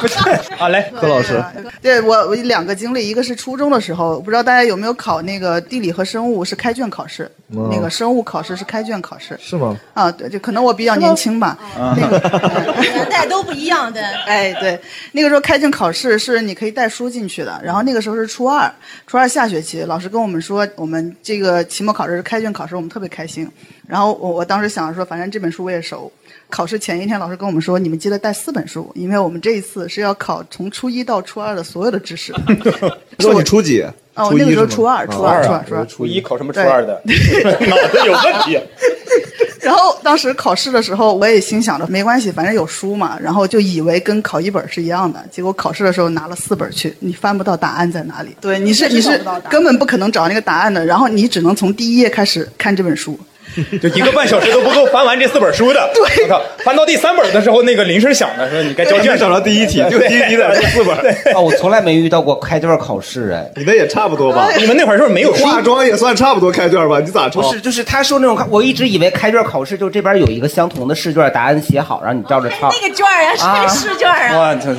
Speaker 5: 不是啊，来
Speaker 2: 柯老师，
Speaker 10: 对我我两个经历，一个是初中的时候，不知道大家有没有考那个地理和生物是开卷考试，
Speaker 2: 哦
Speaker 10: 那个生物考试是开卷考试
Speaker 2: 是吗？
Speaker 10: 啊，对，就可能我比较年轻吧，
Speaker 4: 啊
Speaker 5: 哎
Speaker 10: 那 个。
Speaker 9: 年代都不一样的。
Speaker 10: 哎，对，那个时候开卷考试是你可以带书进去的，然后那个时候是初二，初二下学期，老师跟我们说，我们这个期末考试是开卷考试，我们特别开心。然后我我当时想着说，反正这本书我也熟。考试前一天，老师跟我们说，你们记得带四本书，因为我们这一次是要考从初一到初二的所有的知识。
Speaker 2: 说你初几？
Speaker 10: 哦
Speaker 2: 初一
Speaker 10: 那个时候
Speaker 2: 是吗
Speaker 10: 初二
Speaker 2: 啊
Speaker 10: 初二初二
Speaker 2: 我
Speaker 10: 初二
Speaker 2: 说
Speaker 5: 初
Speaker 2: 初
Speaker 5: 一
Speaker 2: 一。
Speaker 5: 考什么初二的，脑子有 问题。
Speaker 10: 然后当时考试的时候，我也心想着没关系，反正有书嘛，然后就以为跟考一本是一样的。结果考试的时候拿了四本去，你翻不到答案在哪里。对，你是你
Speaker 9: 找
Speaker 10: 是
Speaker 9: 不到答案
Speaker 10: 根本不可能找那个答案的，然后你只能从第一页开始看这本书。
Speaker 5: 就一个半小时都不够翻完这四本书的。对，我靠，翻到第三本的时候，那个铃声响的时候，你该交
Speaker 2: 就
Speaker 5: 卷
Speaker 2: 找
Speaker 5: 了。
Speaker 2: 到第一题，就第一题在 这四本儿，
Speaker 3: 哦，我从来没遇到过开卷考试哎。
Speaker 2: 你那也差不多吧？
Speaker 5: 你们那会儿是不是没有书？
Speaker 2: 化妆也算差不多开卷吧？你咋抄
Speaker 3: 不？是，就是他说那种，我一直以为开卷考试就这边有一个相同的试卷，答案写好，然后你照着抄。
Speaker 9: 那个卷儿啊，
Speaker 3: 啊
Speaker 9: 是试卷儿啊，
Speaker 5: 哇，这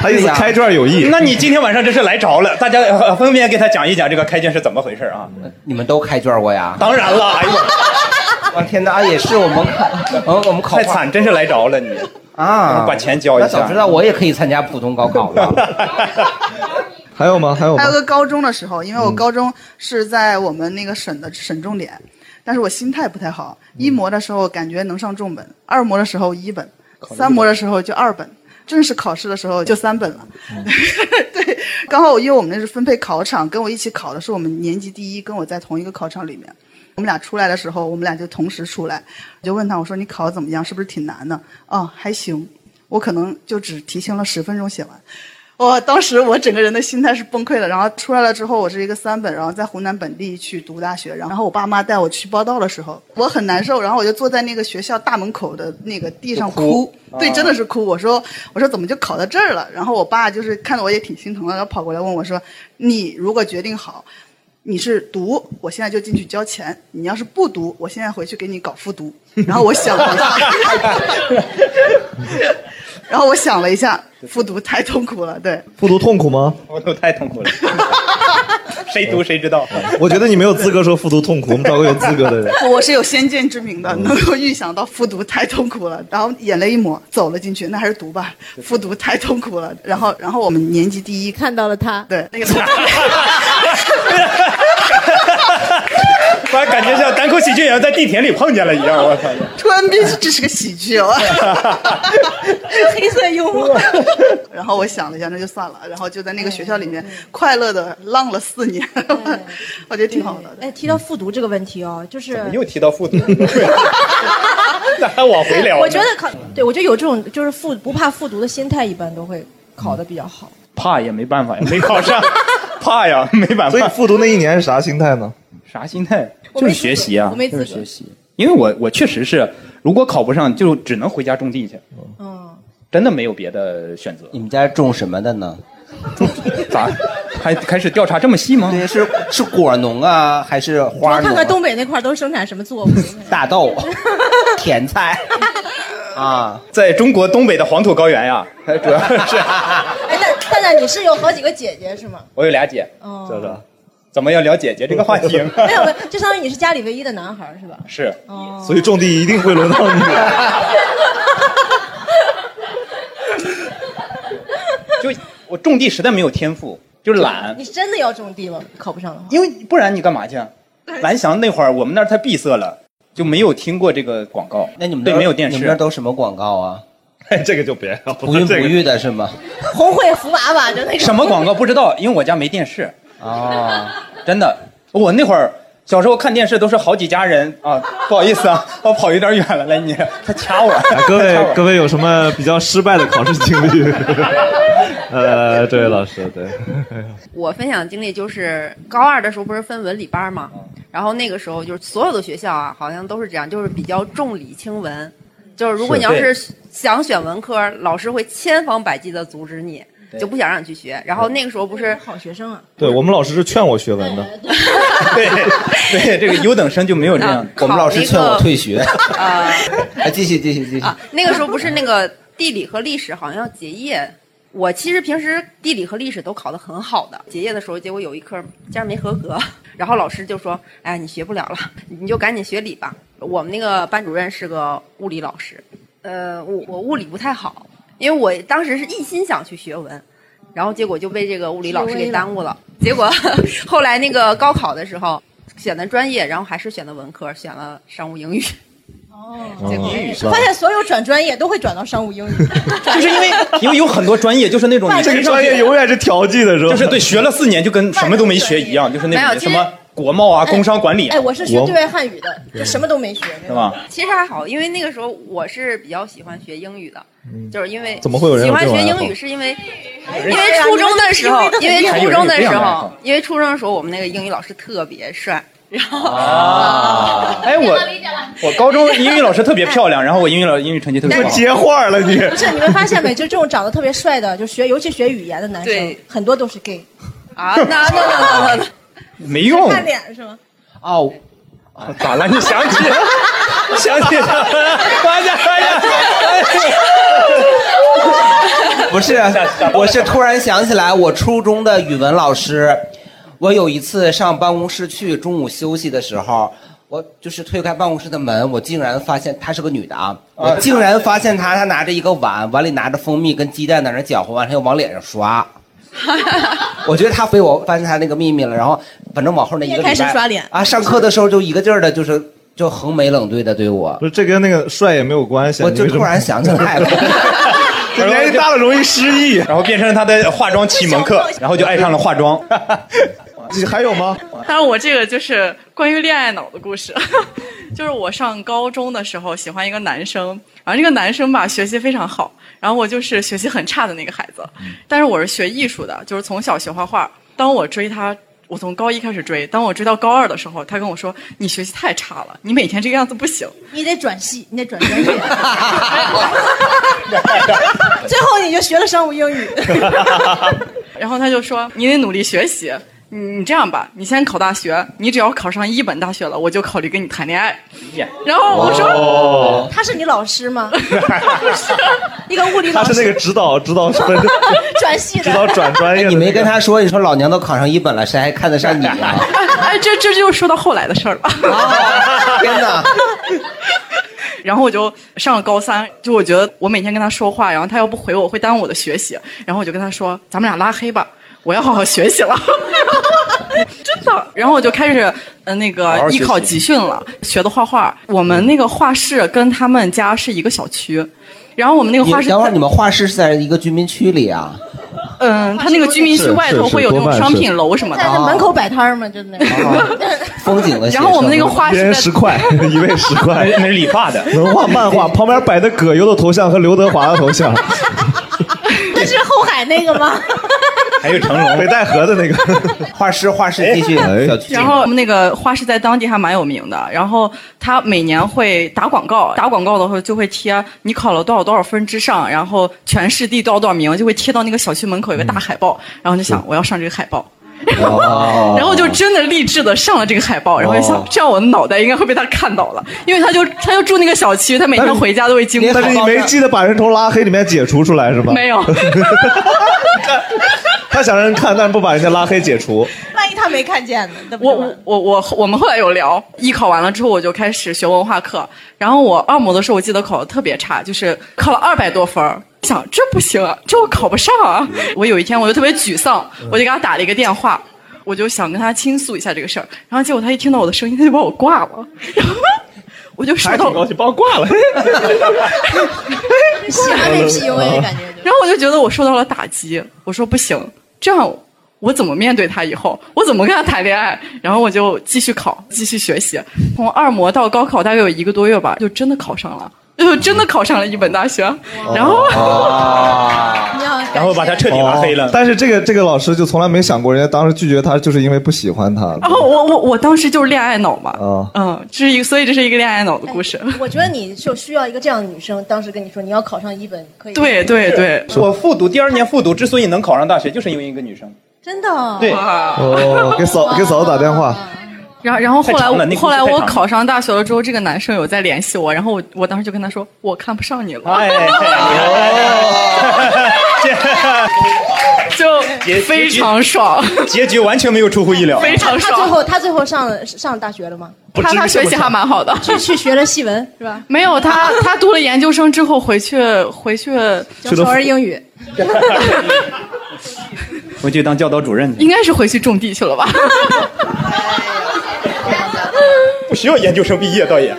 Speaker 2: 他意思开卷 有益。
Speaker 5: 那你今天晚上真是来着了，大家呃分别给他讲一讲这个开卷是怎么回事啊？
Speaker 3: 你们都开卷过呀？
Speaker 5: 当然了，哎呦，
Speaker 3: 我天哪，啊也是我们考，我们考
Speaker 5: 太惨，真是来着了你。
Speaker 3: 啊！
Speaker 5: 把钱交一下
Speaker 3: 那早知道我也可以参加普通高考了。
Speaker 2: 还有吗？还有吗嗯
Speaker 10: 还？有个高中的时候，因为我高中是在我们那个省的省重点，但是我心态不太好。
Speaker 2: 嗯
Speaker 10: 一模的时候感觉能上重本，二模的时候一本，三模的时候就二本，正式考试的时候就三本了。
Speaker 2: 嗯
Speaker 10: 对，刚好我因为我们那是分配考场，跟我一起考的是我们年级第一，跟我在同一个考场里面。我们俩出来的时候，我们俩就同时出来，我就问他，我说你考得怎么样？是不是挺难的？哦，还行，我可能就只提前了十分钟写完。我当时我整个人的心态是崩溃的，然后出来了之后，我是一个三本，然后在湖南本地去读大学，然后我爸妈带我去报到的时候，我很难受，然后我就坐在那个学校大门口的那个地上哭，对，真的是哭。我说我说怎么就考到这儿了？然后我爸就是看得我也挺心疼的，然后跑过来问我说，你如果决定好。你是读，我现在就进去交钱；你要是不读，我现在回去给你搞复读。然后我想了一下， 然后我想了一下，复读太痛苦了，对。
Speaker 2: 复读痛苦吗？
Speaker 5: 我都太痛苦了， 谁读谁知道。
Speaker 2: 我觉得你没有资格说复读痛苦，我们找个有资格的人。嗯
Speaker 10: 我是有先见之明的，能够预想到复读太痛苦了，然后眼泪一抹走了进去，那还是读吧，复读太痛苦了。然后，然后我们年级第一，
Speaker 9: 看到了他。
Speaker 10: 对那个
Speaker 5: 突然感觉像单口喜剧演员在地铁里碰见了一样，我操！
Speaker 10: 突然变这是个喜剧哦。
Speaker 9: 黑色幽默，
Speaker 10: 然后我想了一下，那就算了，然后就在那个学校里
Speaker 4: 嗯
Speaker 10: 面快乐的浪了四年， 我觉得挺好的。对
Speaker 4: 哎，提到复读这个问题哦，就是
Speaker 5: 又提到复读，那还往回聊呢？
Speaker 4: 我觉得考，对我觉得有这种就是复不怕复读的心态，一般都会考的比 较好。
Speaker 5: 怕也没办法呀，没 考上，怕呀，没 办
Speaker 2: 所以
Speaker 5: 法。
Speaker 2: 复读那一年是啥心态呢？
Speaker 5: 啥心态？
Speaker 9: 我
Speaker 5: 就
Speaker 9: 没
Speaker 5: 是
Speaker 9: 资格
Speaker 5: 学习啊
Speaker 9: 我没，
Speaker 5: 就是
Speaker 9: 资格
Speaker 5: 学习。因为我我确实是，如果考不上，就只能回家种地去。
Speaker 4: 嗯，
Speaker 5: 真的没有别的选择。
Speaker 3: 你们家种什么的呢？
Speaker 5: 咋还开始调查这么细吗？
Speaker 3: 对，是是果农啊，还是花
Speaker 5: 哎
Speaker 4: 我
Speaker 3: 农
Speaker 4: 看
Speaker 3: 啊、
Speaker 4: 看东北那块儿都生产什么作 物。
Speaker 3: 大豆、甜菜啊，
Speaker 5: 在中国东北的黄土高原呀， 主要是
Speaker 4: 哎，蛋蛋蛋，你是有好几个姐姐 是吗？
Speaker 5: 我有俩姐，
Speaker 4: 哦
Speaker 5: 这个怎么要聊姐姐这个话题？
Speaker 4: 没有没有，就相当于你是家里唯一的男孩儿是吧？
Speaker 5: 是，
Speaker 4: 哦，
Speaker 2: 所以种地一定会轮到你。
Speaker 5: 就我种地实在没有天赋，就是懒，
Speaker 4: 你是真的要种地吗？考不上的话，
Speaker 5: 因为不然你干嘛去啊？
Speaker 4: 哎
Speaker 5: 蓝翔那会儿我们那儿太闭塞了，就没有听过这个广告。那你们对没有电视？
Speaker 3: 你们那都什么广告啊？
Speaker 5: 这个就别了，
Speaker 3: 不孕不育的是吗？
Speaker 4: 红会福娃娃就那 种。
Speaker 5: 什么广告不知道，因为我家没电视。
Speaker 3: 啊，
Speaker 5: 真的，我那会儿小时候看电视都是好几家人啊，不好意思啊，我跑有点远了，来你他掐我，
Speaker 2: 啊各
Speaker 5: 他掐我
Speaker 2: 位各位有什么比较失败的考试经 历？呃，这位老师，对，
Speaker 11: 我分享的经历就是高二的时候不是分文理班嘛，
Speaker 5: 嗯
Speaker 11: 然后那个时候就是所有的学校啊，好像都是这样，就是比较重理轻文，就是如果
Speaker 12: 是
Speaker 11: 你要
Speaker 12: 对
Speaker 11: 是想选文科，老师会千方百计的阻止你，
Speaker 2: 对
Speaker 11: 就不想让你去学。然后那个时候不是
Speaker 4: 好学生啊，
Speaker 2: 对我们老师是劝我学文的。
Speaker 5: 对，这个优等生就没有这
Speaker 10: 啊
Speaker 5: 样的。
Speaker 11: 我们老师劝我退 学啊、
Speaker 3: 哎，继续继续
Speaker 4: 啊
Speaker 3: 继续。
Speaker 11: 那个时候不是那个地理和历史好像要结业，我其实平时地理和历史都考得很好的，结业的时候结果有一科竟然没合格， 然后老师就说：“哎，你学不了了，你就赶紧学理吧。”我们那个班主任是个物理老师，呃，我我物理不太好，因为我当时是一心想去学文，然后结果就被这个物理老师给耽误了。结果 后来那个高考的时候选的专业，然后还是选的文科，选了商务英语。
Speaker 4: 这个
Speaker 5: 英语是吧
Speaker 4: 发现所有转专业都会转到商务英语，
Speaker 5: 就是因为 因为有很多专业就是那 种你
Speaker 4: 这个专业
Speaker 5: 永远是调剂的，是吧？就是对，学了四年就跟什么都没学一样，就是那
Speaker 11: 没有
Speaker 5: 种
Speaker 11: 其实
Speaker 5: 什么国贸啊、工商管理啊。
Speaker 4: 哎，我是学
Speaker 5: 国
Speaker 4: 对外汉语的，就什么都没学，
Speaker 5: 是吧？
Speaker 11: 其实还好，因为那个时候我是比较喜欢学英语的，就是因为
Speaker 2: 嗯怎么会有人
Speaker 11: 喜
Speaker 2: 有这
Speaker 11: 欢
Speaker 2: 种
Speaker 11: 学
Speaker 2: 爱
Speaker 11: 英
Speaker 2: 好
Speaker 11: 语？是因为
Speaker 2: 有人
Speaker 11: 因
Speaker 4: 哎
Speaker 11: 为初中的时候，因为初中的时候，
Speaker 5: 还
Speaker 11: 因为初中的时候我们那个英语老师特别帅，然后
Speaker 5: 啊！哎，我我高中英语老师特别漂亮，然后我英语老英语成绩特别好。
Speaker 2: 我接话了你
Speaker 4: 哎不是，你们发现没？ 就这种长得特别帅的，就学尤其学语言的男生，很多都是 gay。
Speaker 11: 啊，那那那那那
Speaker 5: 没用，
Speaker 4: 看脸是吗？
Speaker 3: 哦，
Speaker 5: 咋了？你想起 想起他了？ 关键关键，
Speaker 3: 不是，我是突然想起来，我初中的语文老师，我有一次上办公室去，中午休息的时候，我就是推开办公室的门，我竟然发现她是个女的啊！我竟然发现她，她拿着一个碗，碗里拿着蜂蜜跟鸡蛋在那搅和，完了又往脸上刷。我觉得她被我发现她那个秘密了，然后反正往后那一个礼拜
Speaker 4: 也开始刷脸
Speaker 3: 啊，上课的时候就一个劲儿的，就是就横眉冷对的对我。
Speaker 2: 不是，这跟那个帅也没有关系啊。
Speaker 3: 我
Speaker 2: 你
Speaker 3: 就
Speaker 2: 为什么
Speaker 3: 突然想起 来了，
Speaker 5: 年纪大了容易失忆，然后变成他的化妆启蒙 课，然后就爱上了化 妆。
Speaker 2: 还有吗？
Speaker 12: 当然，我这个就是关于恋爱脑的故事， 就是我上高中的时候喜欢一个男生，然后这个男生吧学习非常好，然后我就是学习很差的那个孩子，但是我是学艺术的，就是从小学画画。当我追他，我从高一开始追，当我追到高二的时候，他跟我说：“你学习太差了，你每天这个样子不行。”
Speaker 4: 你得转系，你得转专业。 最后你就学了商务英语，
Speaker 12: 然后他就说：“你得努力学习，你你这样吧，你先考大学，你只要考上一本大学了，我就考虑跟你谈恋爱。”然后我说：“
Speaker 2: 哦
Speaker 4: 他是你老师吗？一个物理
Speaker 2: 他
Speaker 4: 老
Speaker 2: 是
Speaker 4: 师，
Speaker 2: 那个指导指导
Speaker 4: 转系
Speaker 2: 指导
Speaker 4: 的。
Speaker 2: 转专业的那
Speaker 3: 哎你
Speaker 2: 个。
Speaker 3: 没跟他说，你说老娘都考上一本了，谁还看得上你啊？
Speaker 12: 哎， 这这就是说到后来的事儿了。
Speaker 3: 天哪！
Speaker 12: 然后我就上了高三，就我觉得我每天跟他说话，然后他要不回我会耽误我的学习，然后我就跟他说：“咱们俩拉黑吧，我要好好学习了。” 真的。然后我就开始呃那
Speaker 13: 好
Speaker 12: 个
Speaker 13: 好学
Speaker 12: 艺
Speaker 13: 习
Speaker 12: 考集训了，学的画画。我们那个画室跟他们家是一个小区，然后我们那个
Speaker 3: 你
Speaker 12: 画室
Speaker 3: 等会儿你们画室是在一个居民区里啊？
Speaker 12: 嗯，他那个居民区外头会有那种商品楼什么的，
Speaker 4: 在那门口摆摊儿吗？就那种。
Speaker 3: 风景的
Speaker 12: 然后我们那个画
Speaker 2: 一
Speaker 12: 室
Speaker 2: 人十 块，一位十块，
Speaker 5: 那是理发的，
Speaker 2: 能画漫画，旁边摆的葛优的头像和刘德华的头像。
Speaker 4: 那是后海那个吗？
Speaker 5: 还有成龙
Speaker 2: 北戴河的那哎
Speaker 5: 个
Speaker 3: 画师，画师继续小区
Speaker 12: 然后那个花市在当地还蛮有名的，然后他每年会打广告，打广告的时候就会贴你考了多少多少分之上，然后全市第多少多少名，就会贴到那个小区门
Speaker 2: 嗯
Speaker 12: 口有个大海报，然后就想我要上这个海报。然后就真的励志的上了这个海报，然后就想
Speaker 2: 哦，
Speaker 12: 这样我的脑袋应该会被他看到了，因为他就他就住那个小区，他每天回家都会经过。
Speaker 2: 但是你没记得把人从拉黑里面解除出来是吧？
Speaker 12: 没有
Speaker 2: 他想让人看，但是不把人家拉黑解除。
Speaker 12: 万一他没看见呢？我我我我我们后来有聊，艺考完了之后我就开始学文化课，然后我二模的时候我记得考的特别差，就是考了二百多分儿想这不行啊，这我考不上啊！我有一天我就特别沮丧，我就给他打了一个电话，我就想跟他倾诉一下这个事儿，然后结果他一听到我的声音，他就把我挂了，然后我就收
Speaker 2: 还
Speaker 12: 到
Speaker 2: 挺高兴，把我挂了。
Speaker 9: 喜欢被 PUA 的感觉。
Speaker 12: 啊然后我就觉得我受到了打击，我说不行，这样我怎么面对他以后？我怎么跟他谈恋爱？然后我就继续考，继续学习，从二模到高考大约有一个多月吧，就真的考上了，就真的考上了一本大学。然后，
Speaker 9: 你要
Speaker 5: 然后把他彻底拉黑
Speaker 12: 哦
Speaker 5: 了。
Speaker 2: 哦但是这个这个老师就从来没想过，人家当时拒绝他就是因为不喜欢他。
Speaker 12: 然后我我我当时就是恋爱脑嘛，
Speaker 2: 啊，
Speaker 12: 嗯，这是一个，所以这是一个恋爱脑的故事。
Speaker 9: 我觉得你就需要一个这样的女生，当时跟你说你要考上一本，可以。
Speaker 12: 对对，
Speaker 5: 我复读第二年复读之所以能考上大学，就是因为一个女生。
Speaker 9: 真的。
Speaker 5: 对，
Speaker 2: 哦，给嫂给嫂子打电话。
Speaker 12: 然后然后后
Speaker 5: 太
Speaker 12: 来
Speaker 5: 长了
Speaker 12: 我
Speaker 5: 那故事
Speaker 12: 后来
Speaker 5: 太
Speaker 12: 我
Speaker 5: 长了
Speaker 12: 考上大学了之后，这个男生有在联系我，然后我我当时就跟他说，我看不上你了。
Speaker 5: 哎 哦
Speaker 12: 就 非常爽，
Speaker 5: 结局完全没有出乎意料，
Speaker 9: 他最后他最后上了上了大学了吗？
Speaker 5: 不
Speaker 12: 他
Speaker 5: 至于
Speaker 12: 他
Speaker 5: 这
Speaker 12: 学
Speaker 5: 么
Speaker 12: 习
Speaker 5: 爽
Speaker 12: 还蛮好的，
Speaker 9: 去去学了戏文是吧？
Speaker 12: 没有他他读了研究生之后回去回去
Speaker 9: 讲少儿英语，
Speaker 5: 回去当教导主任去，
Speaker 12: 应该是回去种地去 了吧？
Speaker 5: 不需要研究生毕业倒也。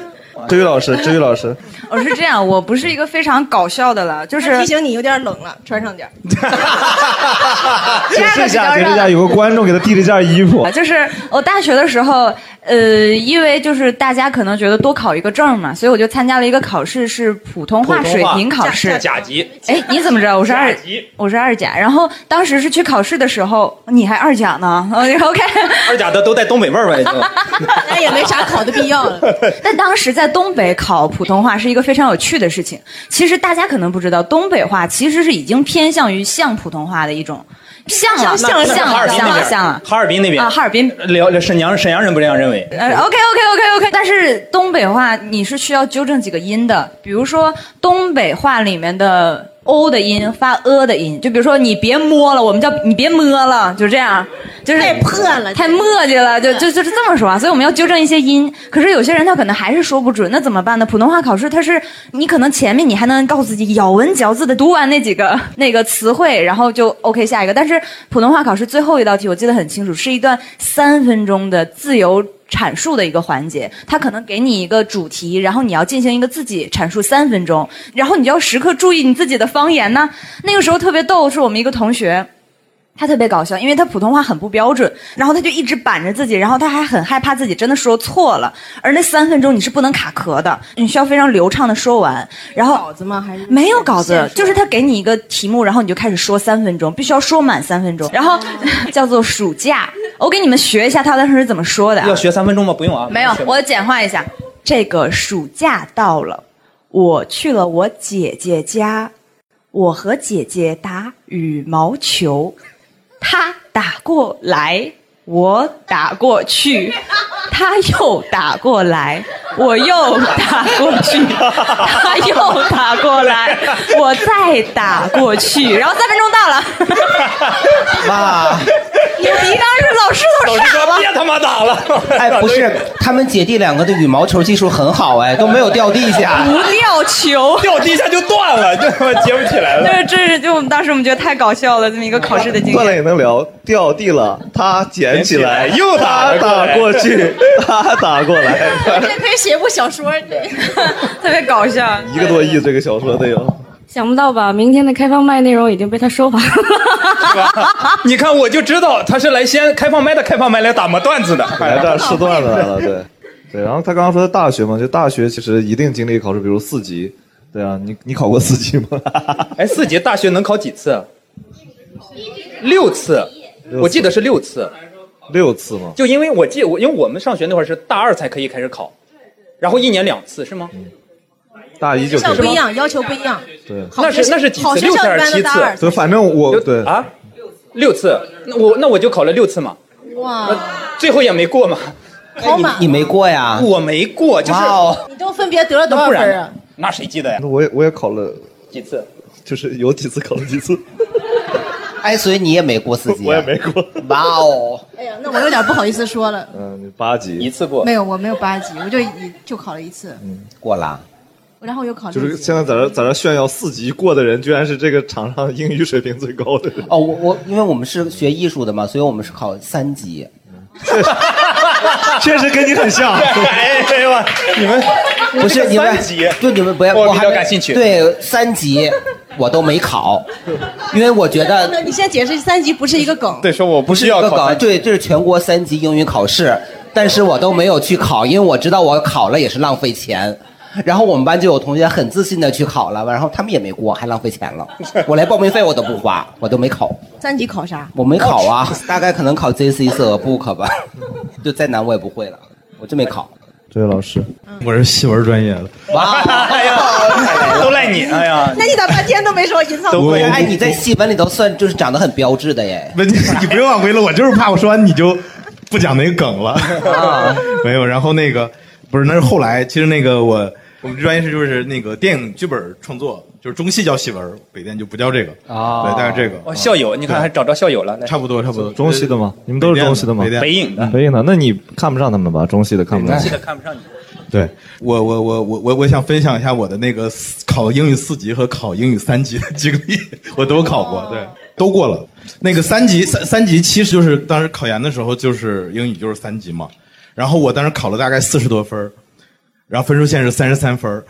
Speaker 2: 至于老师，至于老师，
Speaker 13: 我哦是这样，我不是一个非常搞笑的了，就是
Speaker 9: 提醒你有点冷了，穿上点儿。
Speaker 2: 解释一下，
Speaker 13: 这个比较
Speaker 2: 解释一
Speaker 13: 热
Speaker 2: 下，
Speaker 13: 闹
Speaker 2: 有个观众给他递了一件衣服
Speaker 13: 啊，。就是我大学的时候，呃，因为就是大家可能觉得多考一个证嘛，所以我就参加了一个考试，是普通话水平考试。
Speaker 5: 甲 级。
Speaker 13: 哎，你怎么知道我是二？我是二甲。然后当时是去考试的时候，你还二甲呢 ？OK。啊
Speaker 5: 二甲的都带东北味儿 吧已经？
Speaker 9: 那也没啥考的必要了。
Speaker 13: 但当时在东北考普通话是一个非常有趣的事情。其实大家可能不知道，东北话其实是已经偏向于像普通话的一种，像了，像
Speaker 5: 那
Speaker 13: 了，
Speaker 5: 那
Speaker 13: 像
Speaker 5: 哈尔
Speaker 13: 了，
Speaker 5: 滨
Speaker 13: 像
Speaker 5: 那
Speaker 13: 了，
Speaker 5: 边，
Speaker 13: 像了。
Speaker 5: 哈尔滨那边呃
Speaker 13: 啊哈尔滨，
Speaker 5: 辽辽沈阳沈阳人不这样认为。
Speaker 4: 哎
Speaker 13: 呃，OK OK OK OK，但是东北话你是需要纠正几个音的，比如说东北话里面的 o 的音发 a 的音，就比如说你别摸了，我们叫你别摸了，就这样，就是太
Speaker 9: 破了，
Speaker 13: 太磨叽了，就就就是这么说啊。所以我们要纠正一些音，可是有些人他可能还是说不准，那怎么办呢？普通话考试它是你可能前面你还能告诉自己咬文嚼字的读完那几个 那个词汇，然后就 OK 下一个，但是普通话考试最后一道题我记得很清楚，是一段三分钟的自由。阐述的一个环节，他可能给你一个主题，然后你要进行一个自己阐述三分钟，然后你就要时刻注意你自己的方言呢、那个时候特别逗，是我们一个同学，他特别搞笑，因为他普通话很不标准，然后他就一直板着自己，然后他还很害怕自己真的说错了。而那三分钟你是不能卡壳的，你需要非常流畅的说完。然后稿
Speaker 9: 子吗？还是
Speaker 13: 没有
Speaker 5: 嗯
Speaker 13: 稿子
Speaker 9: 现，
Speaker 13: 就是他给你一个题目，然后你就开始说三分钟，必须要说满三分钟。然后 叫做暑假，我给你们学一下他当时是怎么说的、啊。
Speaker 5: 要学三分钟吗？不用啊，
Speaker 13: 没有
Speaker 5: 学，
Speaker 13: 我简化一下。这个暑假到了，我去了我姐姐家，我和姐姐打羽毛球，她打过来，我打过 去，她又打过来，我又打过 去，她又打过来，我再打过去，然后三分钟到了，
Speaker 3: 妈，
Speaker 13: 牛逼！当时老师都傻了，
Speaker 5: 别他妈打了！
Speaker 3: 哎，不是，他们姐弟两个的羽毛球技术很好，哎，都没有掉地下。
Speaker 13: 不掉 球，
Speaker 5: 掉地下就断了，就他妈接不起来
Speaker 13: 就是这是就我们当时我们觉得太搞笑了，这么一个考试的经
Speaker 2: 断了
Speaker 13: 验。
Speaker 2: 也能聊，掉地了，他捡起来，
Speaker 5: 捡起来又打
Speaker 2: 他打
Speaker 5: 过
Speaker 2: 过
Speaker 5: 来
Speaker 2: 去，他打过来，
Speaker 9: 这可以写部小说，这
Speaker 13: 特别搞笑。
Speaker 2: 一个多亿这个小说得有。
Speaker 14: 想不到吧？明天的开放麦内容已经被他说完了。
Speaker 5: 你看我就知道他是来先开放麦的，开放麦来打磨段子的，
Speaker 2: 来这儿试段子来了， 对，对。然后他刚刚说的大学嘛，就大学其实一定经历考试，比如四级，对啊，你你考过四级吗？
Speaker 5: 哎，四级大学能考几次？啊六次，我记得是六次。
Speaker 2: 哦六次吗？
Speaker 5: 就因为我记我因为我们上学那会儿是大二才可以开始考，然后一年两次是吗？
Speaker 2: 嗯大一就
Speaker 4: 学校
Speaker 2: 可以
Speaker 4: 不一样，要求不一样。
Speaker 2: 对，
Speaker 4: 好
Speaker 5: 那
Speaker 4: 学
Speaker 5: 是
Speaker 4: 校
Speaker 5: 那是几
Speaker 4: 好
Speaker 5: 次？
Speaker 4: 学
Speaker 5: 六次
Speaker 4: 校
Speaker 5: 还
Speaker 4: 一
Speaker 5: 是
Speaker 4: 般
Speaker 5: 七
Speaker 4: 都大二
Speaker 5: 次？
Speaker 2: 对，反正我对
Speaker 5: 啊，六次，那我那我就考了六次嘛，
Speaker 4: 哇，
Speaker 5: 最后也没过嘛。
Speaker 4: 考满啊
Speaker 3: 你没过呀？
Speaker 5: 我没过，就是
Speaker 4: 你都分别得了多
Speaker 5: 那
Speaker 4: 少
Speaker 5: 不
Speaker 4: 分啊
Speaker 5: 然？那谁记得呀？
Speaker 2: 那我也我也考了
Speaker 5: 几次，
Speaker 2: 就是有几次考了几次，
Speaker 3: 哎，所以你也没过四级，我也
Speaker 2: 没过。
Speaker 3: 哇哦，
Speaker 4: 哎呀，那我有点不好意思说了。
Speaker 2: 嗯，你八级
Speaker 5: 一次过
Speaker 4: 没有，我没有八级，我就一就考了一次，
Speaker 2: 嗯
Speaker 3: 过啦。
Speaker 4: 然后又考了
Speaker 2: 就是
Speaker 4: 六
Speaker 2: 现
Speaker 4: 级。
Speaker 2: 在在这在这炫耀四级过的人，居然是这个场上英语水平最高的人。
Speaker 3: 哦，我我因为我们是学艺术的嘛，所以我们是考三级。
Speaker 2: 确实跟你很像
Speaker 5: 哎呦，你们
Speaker 3: 不是你们就你们不要，
Speaker 5: 我
Speaker 3: 我
Speaker 5: 比
Speaker 3: 还
Speaker 5: 较
Speaker 3: 没
Speaker 5: 感兴趣
Speaker 3: 对，三级我都没考，因为我觉 得
Speaker 4: 那你先解释，三级不是一个梗。
Speaker 5: 对，说我
Speaker 3: 不是一个梗，对，这是全国三级英语考试，但是我都没有去考，因为我知道我考了也是浪费钱。然后我们班就有同学很自信的去考了，然后他们也没过，还浪费钱了。我连报名费我都不花，我都没考，
Speaker 4: 三级考啥？
Speaker 3: 我没考啊， 大概可能考 JC 和 Book 吧， 就再难我也不会了，我真没考。
Speaker 2: 这位老师，
Speaker 15: 嗯
Speaker 2: 我是新闻专业的，
Speaker 5: 哎呀，都赖你，哎呀，
Speaker 4: 那你咋半天都没说隐藏
Speaker 2: 都会
Speaker 3: 哎，你在戏文里头算就是长得很标致的耶。
Speaker 15: 不，你你不用往回了，我就是怕我说完你就不讲那个梗了。
Speaker 5: 啊
Speaker 15: 没有，然后那个不是，那是后来，其实那个我我们专业是就是那个电影剧本创作，就是中戏叫戏文，北电就不叫这个
Speaker 5: 啊
Speaker 15: 对，大概这个。嗯
Speaker 5: 哦，校友，你看还找着校友了，
Speaker 15: 差不多，差不多。
Speaker 2: 中戏的吗？你们都是中戏的吗？
Speaker 15: 北电的北影的
Speaker 2: 北影的，那你看不上他们吧？中戏的看不上
Speaker 5: 记。得看不上你。
Speaker 15: 对我，我，我，我，我，我想分享一下我的那个考英语四级和考英语三级的经历，我都考过，对，
Speaker 9: 哦
Speaker 15: 都过了。那个三级三三级其实就是当时考研的时候就是英语就是三级嘛，然后我当时考了大概四十多分儿然后分数线是三十三分儿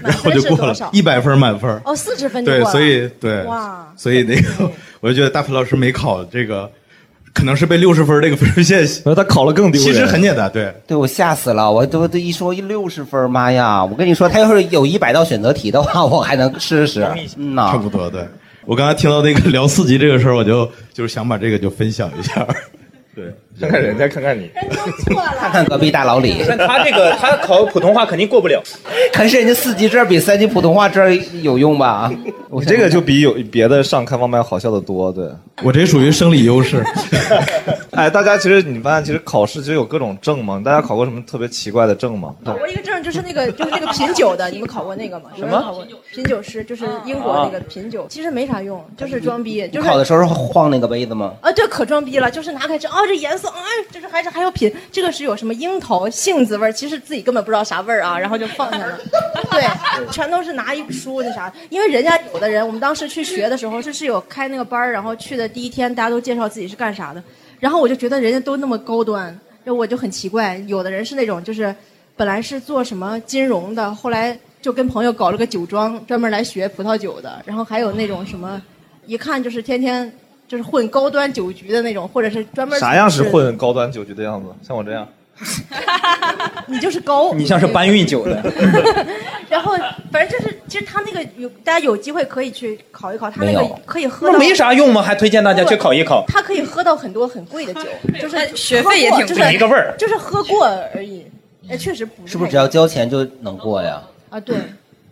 Speaker 15: 然后就过
Speaker 9: 满分
Speaker 15: 了
Speaker 9: 是多少，
Speaker 15: 一百分满分儿
Speaker 9: 哦，四十分就
Speaker 15: 对
Speaker 9: 过，了
Speaker 15: 所以对，
Speaker 9: 哇，
Speaker 15: 所以那个 我就觉得大鹏老师没考这个，可能是被六十分儿这个分数线，
Speaker 2: 呃他考了更
Speaker 3: 丢人
Speaker 15: 其实很简单，对。
Speaker 3: 对我吓死了，我都都一说六十分，妈呀！我跟你说，他要是有一百道选择题的话， 我还能试试。嗯呐，
Speaker 15: 差不多对。我刚才听到那个聊四级这个事儿，我就就是想把这个就分享一下。对，
Speaker 2: 看看人家，看看你，
Speaker 3: 看看隔壁大老李，
Speaker 5: 但他这个他考普通话肯定过不了，
Speaker 3: 可是人家四级证比三级普通话证有用吧？啊 我
Speaker 2: 你这个就比有别的上开放麦好笑的多，对。
Speaker 15: 我这属于生理 优势。
Speaker 2: 哎，大家其实你发现，其实考试其实有各种证嘛，大家考过什么特别奇怪的证吗？
Speaker 3: 啊
Speaker 4: 考过一个证，就是那个 就是那个品酒的，你们考过那个吗？有人
Speaker 2: 什么
Speaker 4: 考过品酒师，就是英国那个品酒，其实没啥用，就是装逼，
Speaker 3: 啊你
Speaker 4: 就是
Speaker 3: 考的时候是晃那个杯子吗？
Speaker 4: 啊，对，可装逼了，就是拿开吃，啊，这颜色，啊，就是还是还要品，这个是有什么樱桃、杏子味儿，其实自己根本不知道啥味儿啊，然后就放下 了。对，全都是拿一书那啥，因为人家有的人，我们当时去学的时候，就是有开那个班儿，然后去的第一天，大家都介绍自己是干啥的，然后我就觉得人家都那么高端，就我就很奇怪，有的人是那种就是本来是做什么金融的，后来就跟朋友搞了个酒庄，专门来学葡萄酒的，然后还有那种什么，一看就是天天。就是混高端酒局的那种，或者是专门
Speaker 2: 啥样是？混高端酒局的样子？像我这样，
Speaker 4: 你就是高，
Speaker 5: 运酒的。
Speaker 4: 然后反正就是，其实他那个有大家有机会可以去考一考，他那
Speaker 5: 没
Speaker 4: 个
Speaker 5: 有
Speaker 4: 可以喝
Speaker 5: 那
Speaker 4: 到
Speaker 5: 没啥用吗？还推荐大家去考一考。
Speaker 4: 他可以喝到很多很贵的酒，就是
Speaker 6: 学费也挺贵
Speaker 4: 喝过就是
Speaker 5: 一个味儿
Speaker 4: 就是喝过而已。哎，确实不
Speaker 3: 是不是只要交钱就能过呀？
Speaker 4: 啊？对，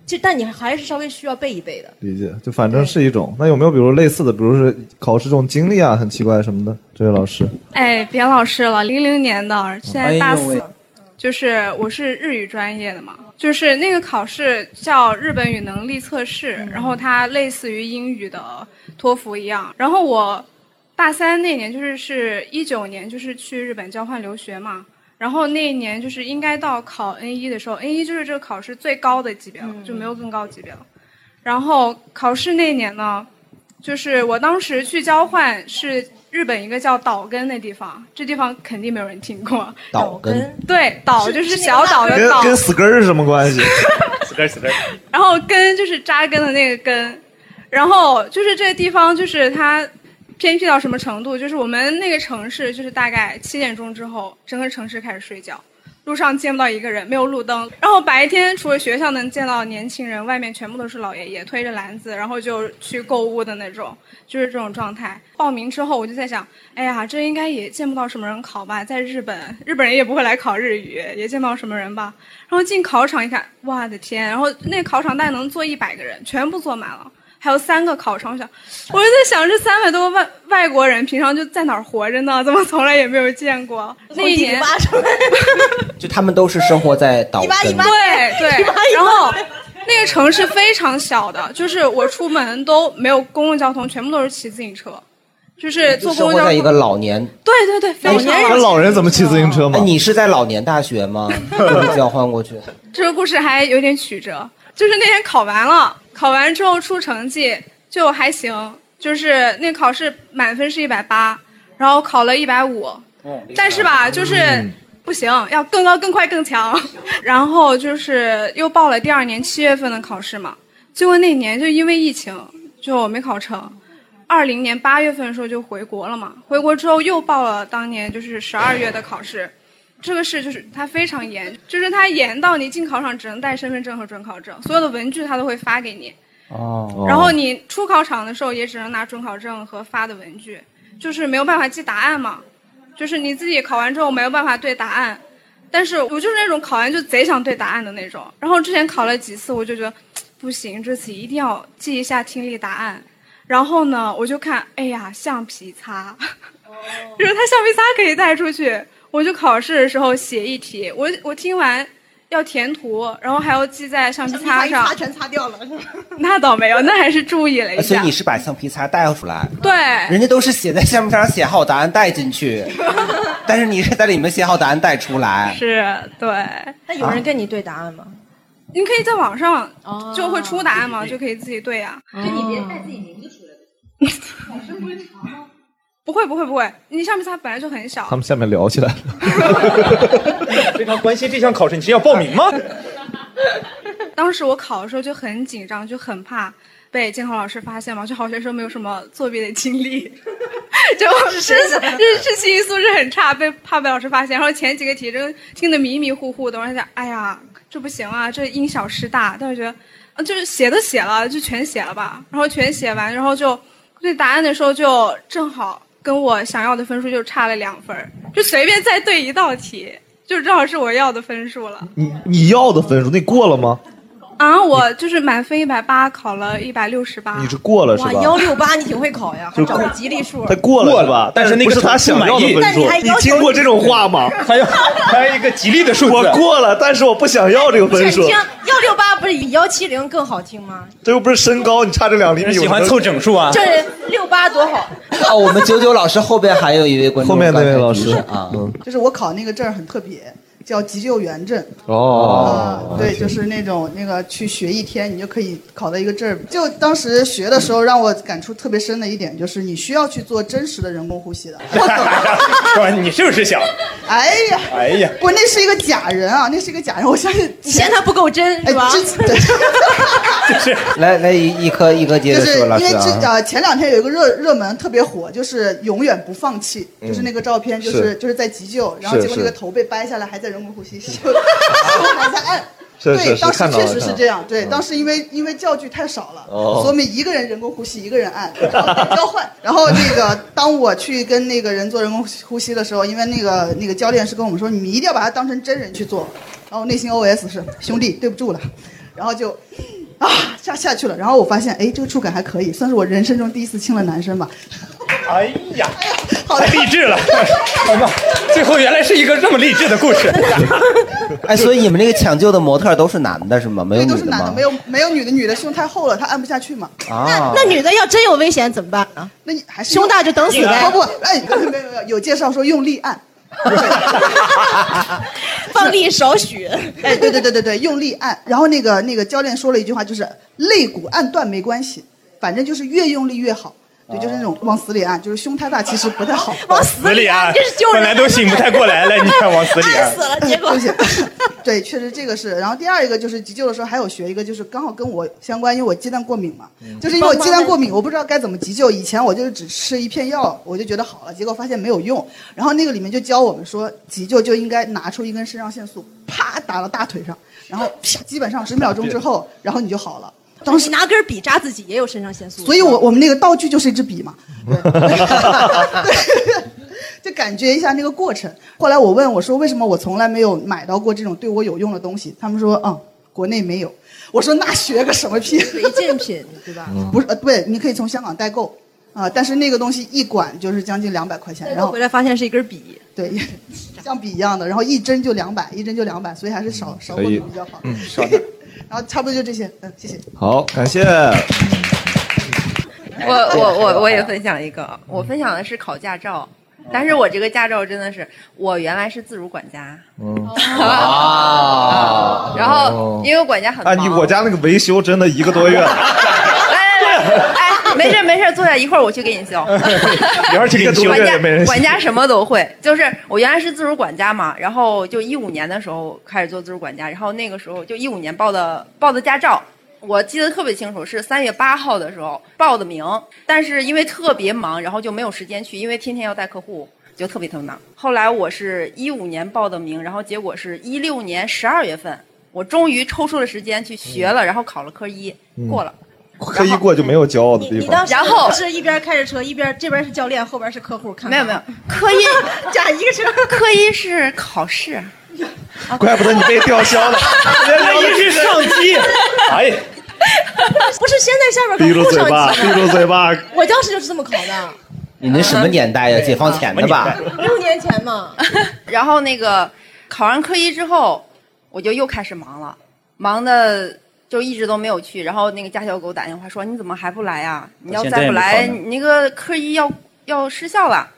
Speaker 4: 就但你还是稍微需要背一背的。
Speaker 2: 理解，就反正是一种。那有没有比如类似的，比如是考试这种经历啊，很奇怪什么的？这位老师，
Speaker 16: 哎，别老师了，零零年的，现在大四，嗯就是我是日语专业的嘛，就是那个考试叫日本语能力测试，然后它类似于英语的托福一样。然后我大三那年就是是一九年，就是去日本交换留学嘛。然后那一年就是应该到考 N 一的时候，N 一就是这个考试最高的级别了，就没有更高级别了。然后考试那年呢，就是我当时去交换是日本一个叫岛根的地方，这地方肯定没有人听过。
Speaker 2: 岛根
Speaker 16: 对，岛就是小岛的
Speaker 2: 跟
Speaker 16: 岛，
Speaker 2: 跟死根儿是什么关系？
Speaker 5: 死根死根。
Speaker 16: 然后根就是扎根的那个根，然后就是这个地方就是它偏僻到什么程度，就是我们那个城市就是大概七点钟之后，整个城市开始睡觉。路上见不到一个人，没有路灯。然后白天除了学校能见到年轻人，外面全部都是老爷爷推着篮子，然后就去购物的那种，就是这种状态。报名之后，我就在想，哎呀，这应该也见不到什么人考吧，在日本，日本人也不会来考日语，也见不到什么人吧。然后进考场一看，我的天！然后那考场大概能坐一百个人，全部坐满了。还有三个考场，我想，我就在想，这三百多万外国人平常就在哪儿活着呢？怎么从来也没有见过？那一年，
Speaker 3: 就他们都是生活在岛根的，
Speaker 16: 对对，然后那个城市非常小的，就是我出门都没有公共交通，全部都是骑自行车，就是坐公
Speaker 3: 生
Speaker 16: 共
Speaker 3: 活
Speaker 16: 交
Speaker 3: 在一
Speaker 16: 通。
Speaker 3: 个老年。
Speaker 16: 对对对，非常
Speaker 3: 那
Speaker 16: 小。
Speaker 3: 人怎么骑自行车吗？你是在老年大学吗？不是交换过去？
Speaker 16: 这个故事还有点曲折，就是那天考完了，考完之后出成绩就还行，就是那考试满分是一百八，然后考了一百五，
Speaker 6: 嗯
Speaker 16: 但是
Speaker 4: 嗯
Speaker 16: 吧，就是不行，要更高、更快、更强。然后就是又报了第二年七月份的考试嘛，结果那年就因为疫情，就没考成。二零年八月份的时候就回国了嘛，回国之后又报了当年就是十二月的考试。这个事就是它非常严，就是它严到你进考场只能带身份证和准考证，所有的文具它都会发给你。
Speaker 3: 哦
Speaker 16: 然后你出考场的时候也只能拿准考证和发的文具，就是没有办法记答案嘛，就是你自己考完之后没有办法对答案。但是我就是那种考完就贼想对答案的那种，然后之前考了几次，我就觉得不行，这次一定要记一下听力答案。然后呢，我就看，哎呀，橡皮擦，
Speaker 9: 哦
Speaker 16: 就是他橡皮擦可以带出去。我就考试的时候写一题，我我听完要填涂，然后还要记在橡皮擦上。
Speaker 9: 擦全擦掉了，是吧？
Speaker 16: 那倒没有，那还是注
Speaker 10: 哎
Speaker 16: 意了一
Speaker 3: 啊所以
Speaker 16: 下
Speaker 3: 你。是把橡皮擦带出来，
Speaker 16: 对，
Speaker 3: 人家都是写在橡皮擦上写好答案带进去，但是你是在里面写好答案带出来。
Speaker 16: 是，对。啊
Speaker 4: 那有人跟你对答案吗？
Speaker 16: 你可以在网上就会出答案嘛，就可以自己对啊呀、
Speaker 4: 所以你别带
Speaker 16: 自己名字出来。 考试不会长吗？不会不会不会，你橡皮擦本来就很小
Speaker 2: 他，们下面聊起来了。
Speaker 5: 非常关心这项考试，你是要报名吗？
Speaker 16: 当时我考的时候就很紧张，就很怕被监考老师发现嘛，就好学生没有什么作弊的经历， 就是就是是心理素质很差，被怕被老师发现。然后前几个题真听得迷迷糊糊的，我还想，哎呀，这不行啊，这因小失大。但我觉得，啊就是写都写了，就全写了吧。然后全写完，然后就对答案的时候就正好跟我想要的分数就差了两分儿，就随便再对一道题，就正好是我要的分数了。
Speaker 2: 你你要的分数，那过了吗？
Speaker 16: 啊，我就是满分一百八，考了一百六十八。
Speaker 2: 你是过了是吧？
Speaker 16: 八，你挺会考呀
Speaker 2: 就还找过
Speaker 4: 吉利数
Speaker 2: 他过了是吧？
Speaker 5: 但是那个
Speaker 2: 不是他想要的分
Speaker 5: 但
Speaker 2: 数
Speaker 5: 是还，
Speaker 2: 你
Speaker 5: 要求
Speaker 2: 听过这种话吗？
Speaker 5: 还有还有一个吉利的数字，
Speaker 2: 我过了，但是我不想要这个分数
Speaker 4: 听，幺六八不是比幺七零更好听吗？
Speaker 2: 这又不是身高，你差这两厘米。
Speaker 5: 喜欢凑整数啊
Speaker 4: 这六八多好，
Speaker 3: 哦，我们九九老师后边还有一位观众，
Speaker 2: 后面那位老师
Speaker 3: 刚才提示啊，
Speaker 10: 就是我考那个证儿很特别，叫急救员证。啊
Speaker 2: 哦
Speaker 10: 对，就是那种那个去学一天，你就可以考到一个证儿。就当时学的时候，让我感触特别深的一点就是，你需要去做真实的人工呼吸的。
Speaker 5: 说你是不是想？
Speaker 10: 哎呀，
Speaker 5: 哎呀，
Speaker 10: 我那是一个假人啊，那是一个假人，我相信
Speaker 4: 你嫌他不够真
Speaker 10: 是吧？之对
Speaker 3: 来来一一颗一颗接
Speaker 10: 就
Speaker 3: 着
Speaker 10: 是
Speaker 3: 说，老
Speaker 10: 因为
Speaker 3: 师
Speaker 10: 之
Speaker 3: 啊，
Speaker 10: 呃前两天有一个热热门特别火，就是永远不放弃，就是那个照片，就是是就是在急救，然后
Speaker 2: 嗯是
Speaker 10: 结果那
Speaker 2: 是
Speaker 10: 个头被掰下来，还在人工 呼吸，就 还在按。
Speaker 2: 是是
Speaker 10: 对，
Speaker 2: 是
Speaker 10: 当时
Speaker 2: 看到了
Speaker 10: 确实
Speaker 2: 看到
Speaker 10: 是
Speaker 2: 了
Speaker 10: 这样。对，当时因为因为教具太少了，
Speaker 2: 哦
Speaker 10: 所以我们一个人人工呼吸，一个人按， 然后交换。然后那个当我去跟那个人做人工呼吸的时候，因为那个那个教练是跟我们说，你们一定要把它当成真人去做。然后我内心 OS 是兄弟，对不住了，然后就啊下下去了。然后我发现，哎，这个触感还可以，算是我人生中第一次亲了男生吧。
Speaker 5: 哎呀，太励志了！哎妈，最后原来是一个这么励志的故事。
Speaker 3: 哎，所以你们那个抢救的模特都是男的是吗？没有
Speaker 10: 都
Speaker 3: 女
Speaker 10: 是
Speaker 3: 的
Speaker 10: 男的，
Speaker 3: 吗
Speaker 10: 没？有没有女的，女的胸太厚了，她按不下去嘛。
Speaker 3: 啊，
Speaker 4: 那女的要真有危险怎么办呢？
Speaker 10: 那你还是
Speaker 4: 胸大就等死呗
Speaker 10: 不不，哎，没有没有没有，有介绍说用力 按。
Speaker 4: 放力少许，
Speaker 10: 哎，对对对对对，用力按。然后那个那个教练说了一句话，就是肋骨按断没关系，反正就是越用力越好。对，就是那种往死里按，就是胸太大其实不太好。
Speaker 4: 往死
Speaker 5: 死里按，本来都醒不 太过来了，你看往死里啊按。
Speaker 10: 了，结果 对，确实这个是。然后第二一个就是急救的时候还有学一个，就是刚好跟我相关，因为我鸡蛋过敏嘛，就是因为我鸡蛋过敏，我不知道该怎么急救。以前我就是只吃一片药，我就觉得好了，结果发现没有用。然后那个里面就教我们说，急救就应该拿出一根肾上腺素，啪打到大腿上，然后啪，基本上十秒钟之后，然后你就好了。当时
Speaker 4: 拿根笔扎自己也有肾上腺素，
Speaker 10: 所以我我们那个道具就是一支 笔嘛，对就感觉一下那个过程。后来我问我说为什么我从来没有买到过这种对我有用的东西，他们说嗯，国内没有。我说那学个什么屁？
Speaker 4: 违禁品对吧？
Speaker 5: 嗯
Speaker 10: 不是呃对，你可以从香港代购啊、但是那个东西一管就是将近两百块钱，
Speaker 4: 然
Speaker 10: 然
Speaker 4: 后
Speaker 10: 后
Speaker 4: 回来发现是一根笔，
Speaker 10: 对，像笔一样的，然后一针就两百，一针就两百，所以还是少少
Speaker 2: 可
Speaker 10: 过
Speaker 2: 以
Speaker 10: 比较好。，
Speaker 2: 嗯，稍等
Speaker 10: 然后差不多就这些，嗯，谢谢。
Speaker 2: 好，感谢。
Speaker 11: 我我 我我也分享一个，我分享的是考驾照，
Speaker 4: 嗯
Speaker 11: 但是我这个驾照真的是，我原来是自如管家，
Speaker 2: 嗯啊
Speaker 11: 然后因为管家很
Speaker 2: 啊，
Speaker 11: 忙，
Speaker 2: 你我家那个维修真的一个多月，
Speaker 11: 哎， 没事没事，坐下，一会儿我去给 你修。
Speaker 2: 一会儿去给你修
Speaker 11: 管
Speaker 2: 这
Speaker 11: 家
Speaker 2: 也没人信
Speaker 11: 管家什么都会，就是我原来是自主管家嘛，然后就一五年的时候开始做自主管家，然后那个时候就一五年报的报的驾照。我记得特别清楚，是三月八号的时候报的名，但是因为特别忙，然后就没有时间去，因为天天要带客户，就特别特别忙。后来我是一五年报的名，然后结果是一六年十二月份，我终于抽出了时间去学了，然后考了科一，
Speaker 2: 嗯
Speaker 11: 过了。
Speaker 2: 可以过就没有骄傲的地
Speaker 4: 你当
Speaker 2: 方
Speaker 4: 时。
Speaker 11: 然后
Speaker 4: 是一边开着车，一边这边是教练，后边是客户，看
Speaker 11: 没有没 有，科一
Speaker 4: 加一个车，
Speaker 11: 科一是考试，
Speaker 2: 怪不得你被吊销了，人家一是上机，哎呀，
Speaker 4: 不是先在下边
Speaker 2: 闭
Speaker 4: 跟
Speaker 2: 住
Speaker 4: 后
Speaker 2: 嘴
Speaker 4: 上去
Speaker 2: 巴，
Speaker 4: 吗
Speaker 2: 闭住嘴巴，
Speaker 4: 我当时就是这么考的，
Speaker 3: 你那什么年代呀？解放前的吧？
Speaker 4: 六年前嘛。
Speaker 11: 然后那个考上科一之后，我就又开始忙了，忙的就一直都没有去。然后那个驾校给我打电话说：“你怎么还不来啊？你要
Speaker 4: 现在
Speaker 11: 再
Speaker 4: 也
Speaker 11: 不
Speaker 4: 没
Speaker 11: 来，
Speaker 4: 考呢
Speaker 11: 你那个科一要要失效了。”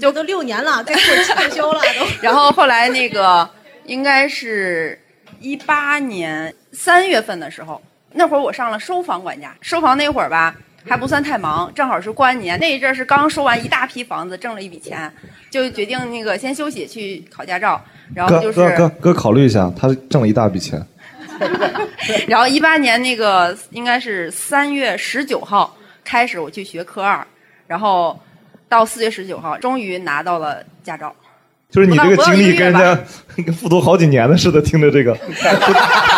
Speaker 4: 就都六年了，该 退退休了都。
Speaker 11: 然后后来那个应该是一八年三月份的时候，那会儿我上了收房管家，收房那会儿吧。还不算太忙，正好是过完年那一阵儿是刚收完一大批房子，挣了一笔钱，就决定那个先休息去考驾照，然后
Speaker 2: 哥
Speaker 11: 就是
Speaker 2: 哥哥哥，考虑一下，他挣了一大笔钱，
Speaker 11: 然后一八年那个应该是三月十九号开始我去学科二，然后到四月十九号终于拿到了驾照。
Speaker 2: 就是你这个
Speaker 11: 不到
Speaker 2: 经
Speaker 11: 不到一
Speaker 2: 历
Speaker 11: 个
Speaker 2: 跟人
Speaker 11: 月吧
Speaker 2: 家 跟复读好几年的似的，听着这 个，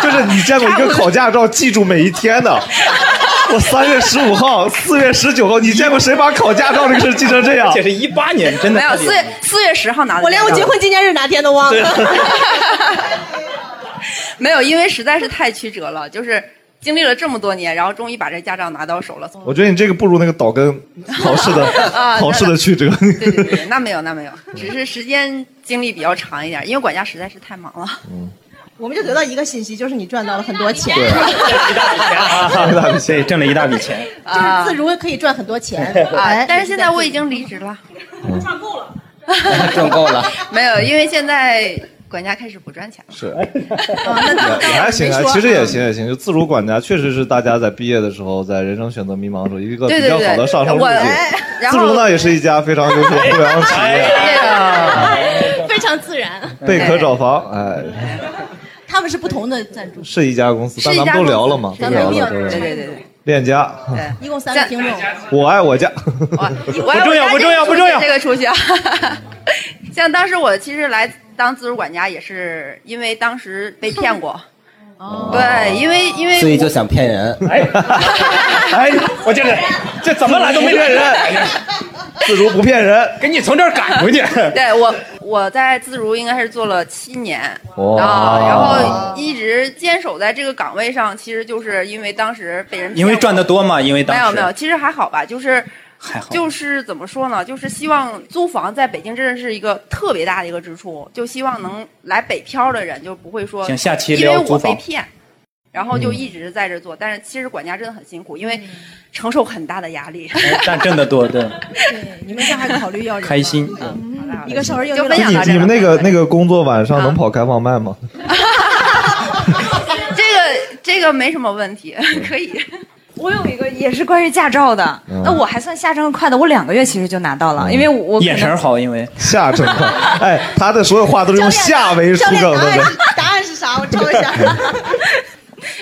Speaker 2: 就是你见过一个考驾照记住每一天的。我三月十五号、四月十九号，你见过谁把考驾照这个事记成这样？
Speaker 5: 而且是一八年，真的
Speaker 11: 没有四月四月十号拿的驾照，
Speaker 4: 我连我结婚纪念日哪天都忘了。
Speaker 11: 没有，因为实在是太曲折了，就是经历了这么多年，然后终于把这驾照拿到手了。
Speaker 2: 我觉得你这个不如那个岛根考试的
Speaker 11: 啊
Speaker 2: 考试的曲折。
Speaker 11: 对对对，那没有那没有，只是时间经历比较长一点，因为管家实在是太忙了。
Speaker 2: 嗯
Speaker 4: 我们就得到一个信息，就是你赚到了很多钱，
Speaker 5: 对挣了一大笔钱，挣了一大笔钱。
Speaker 2: 啊
Speaker 4: 就是自如可以赚很多钱。
Speaker 11: 啊
Speaker 4: 哎，
Speaker 11: 但是现在我已经离职了，
Speaker 4: 赚够了。
Speaker 3: 挣够了。
Speaker 11: 没有，因为现在管家开始不赚钱 了。哦
Speaker 2: 是，
Speaker 11: 那
Speaker 2: 也还行
Speaker 11: 没
Speaker 2: 啊，
Speaker 11: 说嗯
Speaker 2: 其实也行也行，就自主管家确实是大家在毕业的时候，在人生选择迷茫的时候一个
Speaker 11: 对
Speaker 2: 比
Speaker 11: 对
Speaker 2: 较
Speaker 11: 对，
Speaker 2: 好的上升路
Speaker 11: 我
Speaker 2: 径。
Speaker 11: 哎然
Speaker 2: 自如
Speaker 11: 后哎
Speaker 2: 呢也是一家非常优秀的互联网企业，
Speaker 5: 哎
Speaker 4: 非常自然。
Speaker 2: 贝壳找房，哎，
Speaker 4: 他们是不同的赞助，
Speaker 2: 是一家公司，
Speaker 4: 是
Speaker 2: 但
Speaker 4: 一
Speaker 2: 咱
Speaker 4: 家
Speaker 2: 们都聊了嘛，
Speaker 4: 公司
Speaker 2: 都聊了，都嗯
Speaker 4: 咱们命
Speaker 2: 聊了
Speaker 11: 对对对对，
Speaker 2: 链家，
Speaker 4: 一共三个听众。
Speaker 2: 我爱我家，
Speaker 11: 我
Speaker 2: 不重要不重要不重要
Speaker 11: 这个出去。 像当时我其实来当自主管家也是因为当时被骗过，对，因为因为
Speaker 3: 所以就想骗人。
Speaker 5: 哎，我这个这怎么来都没骗人，
Speaker 2: 自如不骗人，
Speaker 5: 给你从这儿赶 回去。
Speaker 11: 对我我在自如应该是做了七年，
Speaker 5: 哇
Speaker 11: 啊，然后一直坚守在这个岗位上，其实就是因为当时被人骗
Speaker 5: 因为赚得多嘛，因为当
Speaker 11: 没
Speaker 5: 时
Speaker 11: 有没有，其实还好吧，就是
Speaker 5: 还好
Speaker 11: 就是怎么说呢，就是希望租房在北京真的是一个特别大的一个支出，就希望能来北漂的人就不会说，
Speaker 5: 行下期
Speaker 11: 因为
Speaker 5: 聊租
Speaker 11: 我被
Speaker 5: 房嗯
Speaker 11: 骗，然后就一直在这做，但是其实管家真的很辛苦，因为承受很大的压力。
Speaker 5: 哎 但挣得多，对，
Speaker 4: 你们这还考虑要人 吗
Speaker 5: 开心。嗯
Speaker 4: 一个小时英语
Speaker 11: 就
Speaker 4: 老
Speaker 11: 嗯分
Speaker 4: 师
Speaker 11: 享到
Speaker 2: 你
Speaker 11: 这
Speaker 2: 你
Speaker 11: 儿
Speaker 2: 们
Speaker 11: 了。啊
Speaker 2: 那个那个工作晚上能跑开放麦吗？
Speaker 11: 这个这个没什么问题，可以。
Speaker 13: 我有一个也是关于驾照的，
Speaker 2: 嗯
Speaker 13: 那我还算下证快的，我两个月其实就拿到了，因为我
Speaker 2: 眼神
Speaker 5: 好，因为
Speaker 2: 下证快，哎，他的所有话都是用下为出梗的。
Speaker 13: 答案是啥？我抄一下。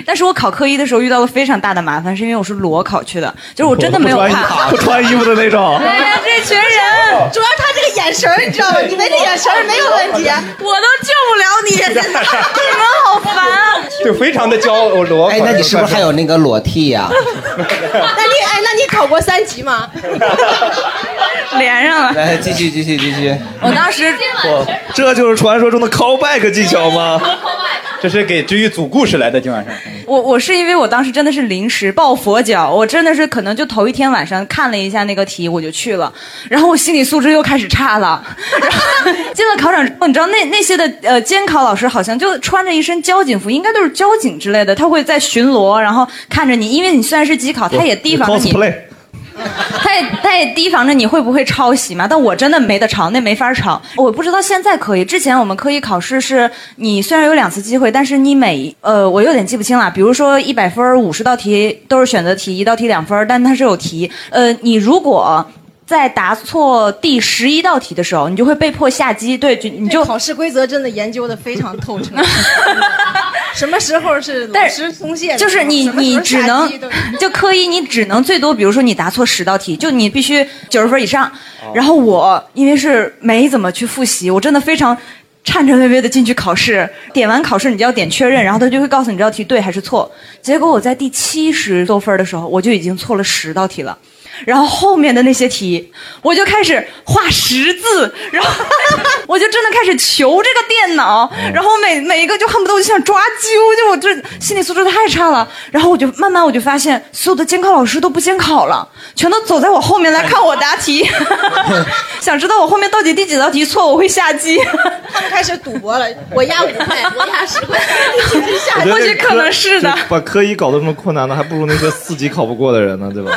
Speaker 13: 但是我考科一的时候遇到了非常大的麻烦，是因为我是裸考去的，就是我真的没有
Speaker 2: 不穿
Speaker 13: 怕
Speaker 2: 不穿衣服的那种。
Speaker 13: 哎呀，这群人，
Speaker 6: 主要他这 个眼神儿你知道吗你们这眼神儿没有问题啊
Speaker 13: 我都救不了你，你 们好烦啊！
Speaker 5: 就非常的骄傲裸。
Speaker 3: 哎，那你是不是还有那个裸替 呀、
Speaker 6: 那你哎，那你考过三级吗？
Speaker 13: 连上了。
Speaker 2: 来，继续，继续，继续。
Speaker 13: 我当时
Speaker 2: 我 这就是传说中的 callback 技巧吗？
Speaker 5: 这是给治愈组故事来的，今晚上。
Speaker 13: 我我是因为我当时真的是临时抱佛脚，我真的是可能就头一天晚上看了一下那个题，我就去了，然后我心理素质又开始差了。然后进了考场之后，你知道那那些的呃监考老师好像就穿着一身交警服，应该都是交警之类的，他会在巡逻，然后看着你，因为你虽然是机考，
Speaker 4: 哦
Speaker 13: 他也提防着你。
Speaker 2: cosplay
Speaker 13: 他也他也提防着你会不会抄袭嘛，但我真的没得抄，那没法抄。我不知道现在可以，之前我们科一考试是你虽然有两次机会，但是你每呃我有点记不清了，比如说一百分五十道题都是选择题，一道题两分，但它是有题。呃，你如果在答错第十一道题的时候，你就会被迫下机，对，就你就
Speaker 6: 考试规则真的研究的非常 透彻。什么时候是老师松懈的
Speaker 13: 就
Speaker 6: 时候？
Speaker 13: 是你
Speaker 6: 什么时
Speaker 13: 你
Speaker 6: 候
Speaker 13: 只
Speaker 6: 下
Speaker 13: 能
Speaker 6: 机对
Speaker 13: 就科一，你只能最多，比如说你答错十道题，就你必须九十分以上。然后我因为是没怎么去复习，我真的非常。颤颤巍巍的进去考试，点完考试你就要点确认，然后他就会告诉你这道题对还是错。结果我在第七十多分的时候，我就已经错了十道题了，然后后面的那些题，我就开始画十字，然后我就真的开始求这个电脑，然后每每一个就恨不得我就想抓阄，就我这心理素质太差了。然后我就慢慢我就发现，所有的监考老师都不监考了，全都走在我后面来看我答题，想知道我后面到底第几道题错，我会下机。
Speaker 6: 他们开始赌博 了，我压五块，我压十块，一直下
Speaker 2: 我
Speaker 6: 去。
Speaker 2: 觉得这科就把科一搞得这么困难的，还不如那些四级考不过的人呢，对吧？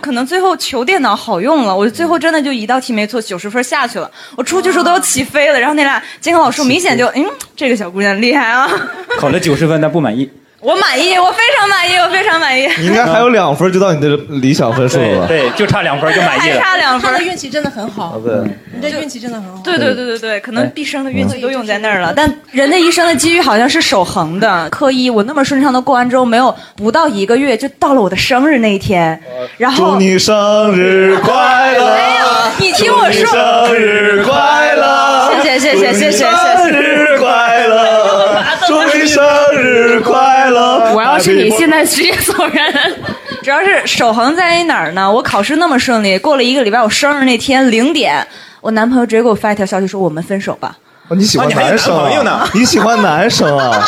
Speaker 13: 可能最后求电脑好用了，我最后真的就一道题没错，九十分下去了。我出去的时候都要起飞了，然后那俩监考老师明显就，嗯，这个小姑娘厉害啊，
Speaker 5: 考了九十分，但不满意。
Speaker 13: 我满意，我非常满意，我非常满意。
Speaker 2: 你应该还有两分就到你的理想分数了吧？
Speaker 5: 对，就差两分就满
Speaker 13: 意 了还差两分
Speaker 6: 他的运气真的很好，
Speaker 2: 对，
Speaker 13: 嗯
Speaker 6: 你这运气真的很好。
Speaker 13: 对对对对对，
Speaker 2: 哎
Speaker 13: 可能毕生
Speaker 2: 嗯
Speaker 13: 的运气都用在那儿了。但人的一生的机遇好像是守恒
Speaker 6: 嗯
Speaker 13: 的。科一我那么顺畅的过完之后，没有不到一个月就到了我的生日那一天，
Speaker 2: 哦
Speaker 13: 然后
Speaker 2: 祝你生日快乐！
Speaker 13: 哦你听我
Speaker 2: 祝你
Speaker 13: 说，
Speaker 2: 生日快乐！
Speaker 13: 谢谢谢谢谢谢谢谢
Speaker 2: 祝你生日 快乐！祝你生日快乐！哎
Speaker 13: 我要是你现在
Speaker 17: 职业所人，
Speaker 13: 主要是守恒在于哪儿呢？我考试那么顺利，过了一个礼拜，我生日那天零点，我男朋友直接给我发一条消息说我们分手吧。
Speaker 2: 哦你喜欢男生
Speaker 5: 啊你还有男朋友呢
Speaker 2: 啊？你喜欢男生 啊？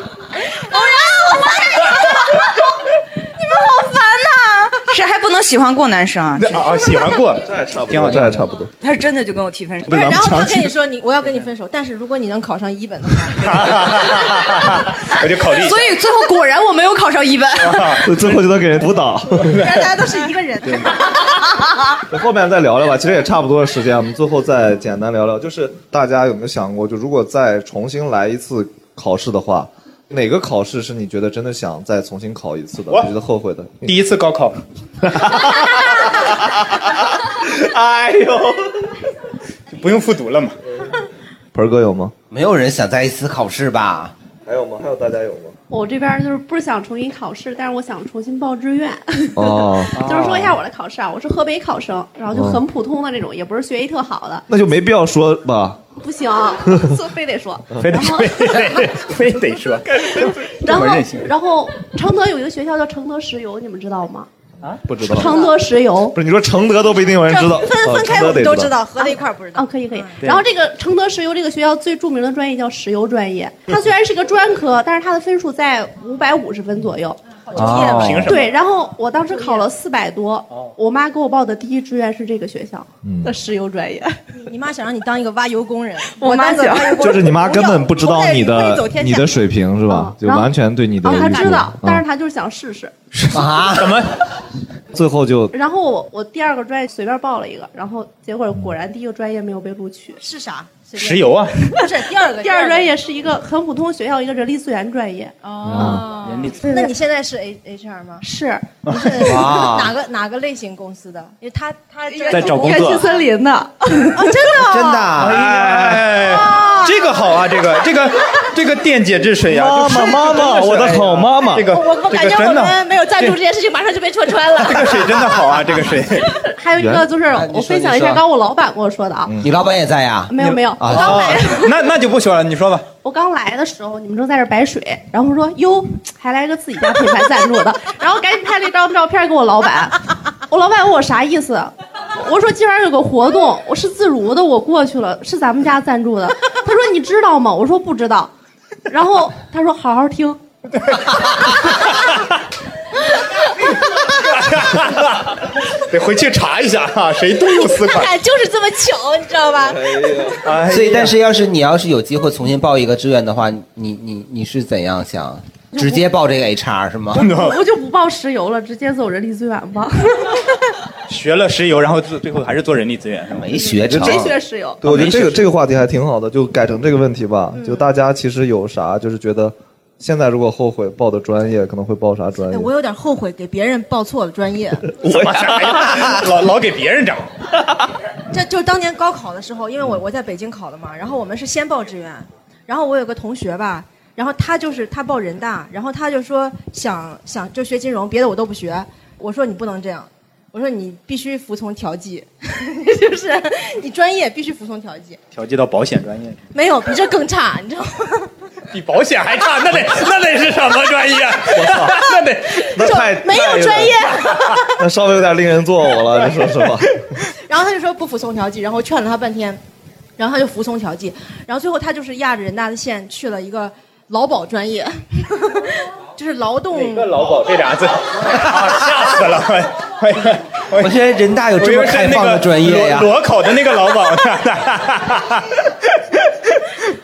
Speaker 13: 哎你们好烦呐、谁还不能喜欢过男生啊？
Speaker 5: 啊，喜欢过，
Speaker 2: 这还差不多，
Speaker 5: 挺好，
Speaker 2: 这还差不多。
Speaker 13: 他是真的就跟我提分手，
Speaker 6: 不是，然后他跟你说你我要跟你分手，但是如果你能考上一本的话，
Speaker 5: 我就考虑一下
Speaker 6: 所
Speaker 13: 以最后果然我没有考上 一本，
Speaker 2: 最后就能给人辅导。
Speaker 6: 大家都是一个人。
Speaker 2: 后面再聊聊吧，其实也差不多的时间，我们最后再简单聊聊，就是大家有没有想过，就如果再重新来一次考试的话，哪个考试是你觉得真的想再重新考一次的，
Speaker 5: 我
Speaker 2: 你觉得后悔的？
Speaker 5: 第一次高考，
Speaker 2: 哎呦，
Speaker 5: 不用复读了嘛。
Speaker 2: 盆儿哥有吗？
Speaker 3: 没有人想再一次考试吧？
Speaker 2: 还有吗？还有大家有吗？
Speaker 4: 我这边就是不是想重新考试，但是我想重新报志愿。
Speaker 2: 哦
Speaker 4: 就是说一下我的考试啊，我是河北考生，然后就很普通的那种，也不是学习特好的，
Speaker 2: 那就没必要说吧，
Speaker 4: 不行，所以非得说，然后
Speaker 5: 非得说，
Speaker 4: 然后然后承德有一个学校叫承德石油，你们知道吗？
Speaker 2: 不知道。
Speaker 4: 承德石油
Speaker 2: 不是你说承德都不一定有人知道，嗯
Speaker 6: 分分
Speaker 2: 哦承
Speaker 6: 开
Speaker 2: 德
Speaker 6: 我们
Speaker 2: 得
Speaker 6: 都知道，合在一块儿不知道。
Speaker 4: 啊，可以可以。
Speaker 2: 对
Speaker 4: 然后这个承德石油这个学校最著名的专业叫石油专业，它虽然是个专科，但是它的分数在五百五十分左右。
Speaker 6: 啊
Speaker 2: 哦凭什么
Speaker 4: 对，然后我当时考了四百多，
Speaker 2: 哦
Speaker 4: 我妈给我报的第一志愿是这个学校
Speaker 2: 嗯
Speaker 4: 的石油专业。
Speaker 6: 你妈想让你当一个挖油工人，
Speaker 4: 我
Speaker 6: 我
Speaker 4: 妈
Speaker 6: 当个
Speaker 4: 想
Speaker 6: 挖油工
Speaker 2: 就
Speaker 6: 人
Speaker 2: 是你妈根本不知道你
Speaker 4: 我在走
Speaker 2: 的
Speaker 4: 天下
Speaker 2: 你的水平是吧？就
Speaker 4: 然后
Speaker 2: 完全对你的
Speaker 4: 哦，她
Speaker 2: 无
Speaker 4: 知道
Speaker 2: 嗯，
Speaker 4: 但是她就是想试试。
Speaker 2: 啊？
Speaker 5: 怎么？
Speaker 2: 最后就
Speaker 4: 然后我我第二个专业随便报了一个，然后结果果然第一个专业没有被录取。
Speaker 6: 是啥？
Speaker 5: 嗯石油啊，
Speaker 6: 不是第二个，
Speaker 4: 第二专业是一个很普通的学校，一个人力资源专业。
Speaker 6: 哦，
Speaker 5: 人力资
Speaker 4: 那你现在是 H H R 吗？
Speaker 5: 啊
Speaker 18: 是，
Speaker 4: 你是
Speaker 5: 哇
Speaker 4: 哪个哪个类型公司的？因为他他
Speaker 5: 在找工作
Speaker 18: 原始森林的，
Speaker 4: 啊，真的哦
Speaker 5: 真的，哎，这个好啊，这个这个这个电解质水呀，啊
Speaker 2: 妈妈妈妈我的好妈妈
Speaker 5: 这个
Speaker 4: 哦我我感
Speaker 5: 这
Speaker 4: 觉
Speaker 5: 个
Speaker 4: 我
Speaker 5: 真的
Speaker 4: 们没有赞助这件事情，马上就被戳穿了。
Speaker 5: 这个水真的好啊，这个水。
Speaker 18: 还有一个就是
Speaker 5: 你
Speaker 18: 我
Speaker 5: 说
Speaker 18: 分享一下
Speaker 5: 你说
Speaker 18: 刚
Speaker 5: 嗯
Speaker 18: 刚我老板跟我说的啊，
Speaker 5: 你老板也在呀
Speaker 18: 没有没有我刚
Speaker 5: 啊
Speaker 18: 来，
Speaker 5: 那那就不说了，你说吧。
Speaker 18: 我刚来的时候，你们正在这摆水，然后说哟，还来个自己家品牌赞助的， 然后赶紧拍了一张照片给我老板。我老板问我啥意思，我说今晚有个活动，我是自如的，我过去了，是咱们家赞助的。他说你知道吗？我说不知道。然后他说好好听。
Speaker 5: 得回去查一下哈、谁都有
Speaker 4: 看看就是这么巧，你知道吧？
Speaker 5: 哎
Speaker 3: 所以，但是要是你要是有机会重新报一个志愿的话，你你你是怎样想？直接报这个 HR 是吗？
Speaker 18: 我就不报石油了，直接走人力资源吧。
Speaker 5: 学了石油，然后最最后还是做人力资源，没
Speaker 3: 学
Speaker 2: 成
Speaker 18: 谁学石油？
Speaker 2: 对，我觉得这个这个话题还挺好的，就改成这个问题吧。就大家其实有啥，就是觉得现在如果后悔报的专业，可能会报啥专
Speaker 9: 哎
Speaker 2: 业？
Speaker 9: 我有点后悔给别人报错了专业。
Speaker 2: 我
Speaker 5: 老老给别人整。
Speaker 4: 这就是当年高考的时候，因为
Speaker 5: 嗯
Speaker 4: 我我在北京考的嘛，然后我们是先报志愿，然后我有个同学吧，然后他就是他报人大，然后他就说想想就学金融，别的我都不学。我说你不能这样，我说你必须服从调剂， 就是你专业必须服从调剂，
Speaker 5: 调剂到保险专业，
Speaker 4: 没有比这更差，你 知道吗？
Speaker 5: 比保险还差，那 得那得是什么专业？ 我操，那得
Speaker 2: 那太
Speaker 4: 没有
Speaker 2: 太
Speaker 4: 专业。
Speaker 2: 那稍微有点令人作呕了，你说是吧？
Speaker 4: 然后他就说不服从调剂，然后我劝了他半天，然后他就服从调剂，然后最后他就是压着人大的线去了一个劳保专业，就是劳动。
Speaker 5: 劳保这 俩字，啊吓死了！我
Speaker 3: 我觉得人大有这么开放的专业啊呀
Speaker 5: 我以为是那个裸裸考的那个劳保，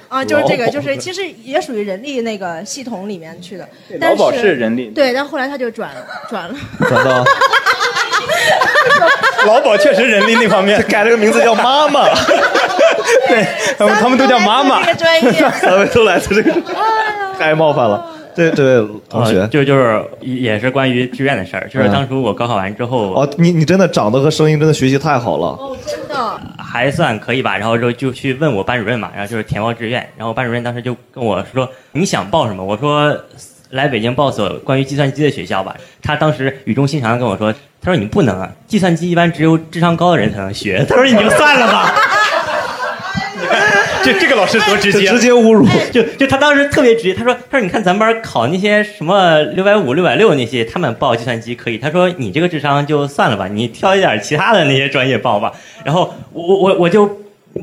Speaker 4: 啊，就是这个，
Speaker 5: 劳保
Speaker 4: 就是其实也属于人力那个系统里面去的
Speaker 5: 对，
Speaker 4: 但
Speaker 5: 劳保是人力
Speaker 4: 对，但后来他就转转了，
Speaker 2: 转到
Speaker 5: 劳保确实人力那方面
Speaker 2: 改了个名字叫妈妈，
Speaker 5: 对，他们他们都叫妈妈。
Speaker 4: 这个专 业
Speaker 2: 咱们都来自这个，太冒犯 了。这这位同学，
Speaker 19: 呃就就是也是关于志愿的事儿，就是
Speaker 2: 嗯
Speaker 19: 当初我高考完之后，
Speaker 2: 哦，你你真的长得和声音真的学习太好了，
Speaker 4: 真的。
Speaker 19: 还算可以吧，然后就就去问我班主任嘛，然后就是填报志愿，然后班主任当时就跟我说你想报什么？我说来北京报所关于计算机的学校吧。他当时语重心长的跟我说，他说你不能啊，计算机一般只有智商高的人才能学。他说你就 算了吧。
Speaker 5: 这这个老师多直接，
Speaker 19: 直啊
Speaker 2: 接侮辱。
Speaker 19: 就就他当时特别直接，他说他说你看咱们班考那些什么六百五、六百六那些，他们报计算机可以，他说你这个智商就算了吧，你挑一点其他的那些专业报吧。然后我我我我就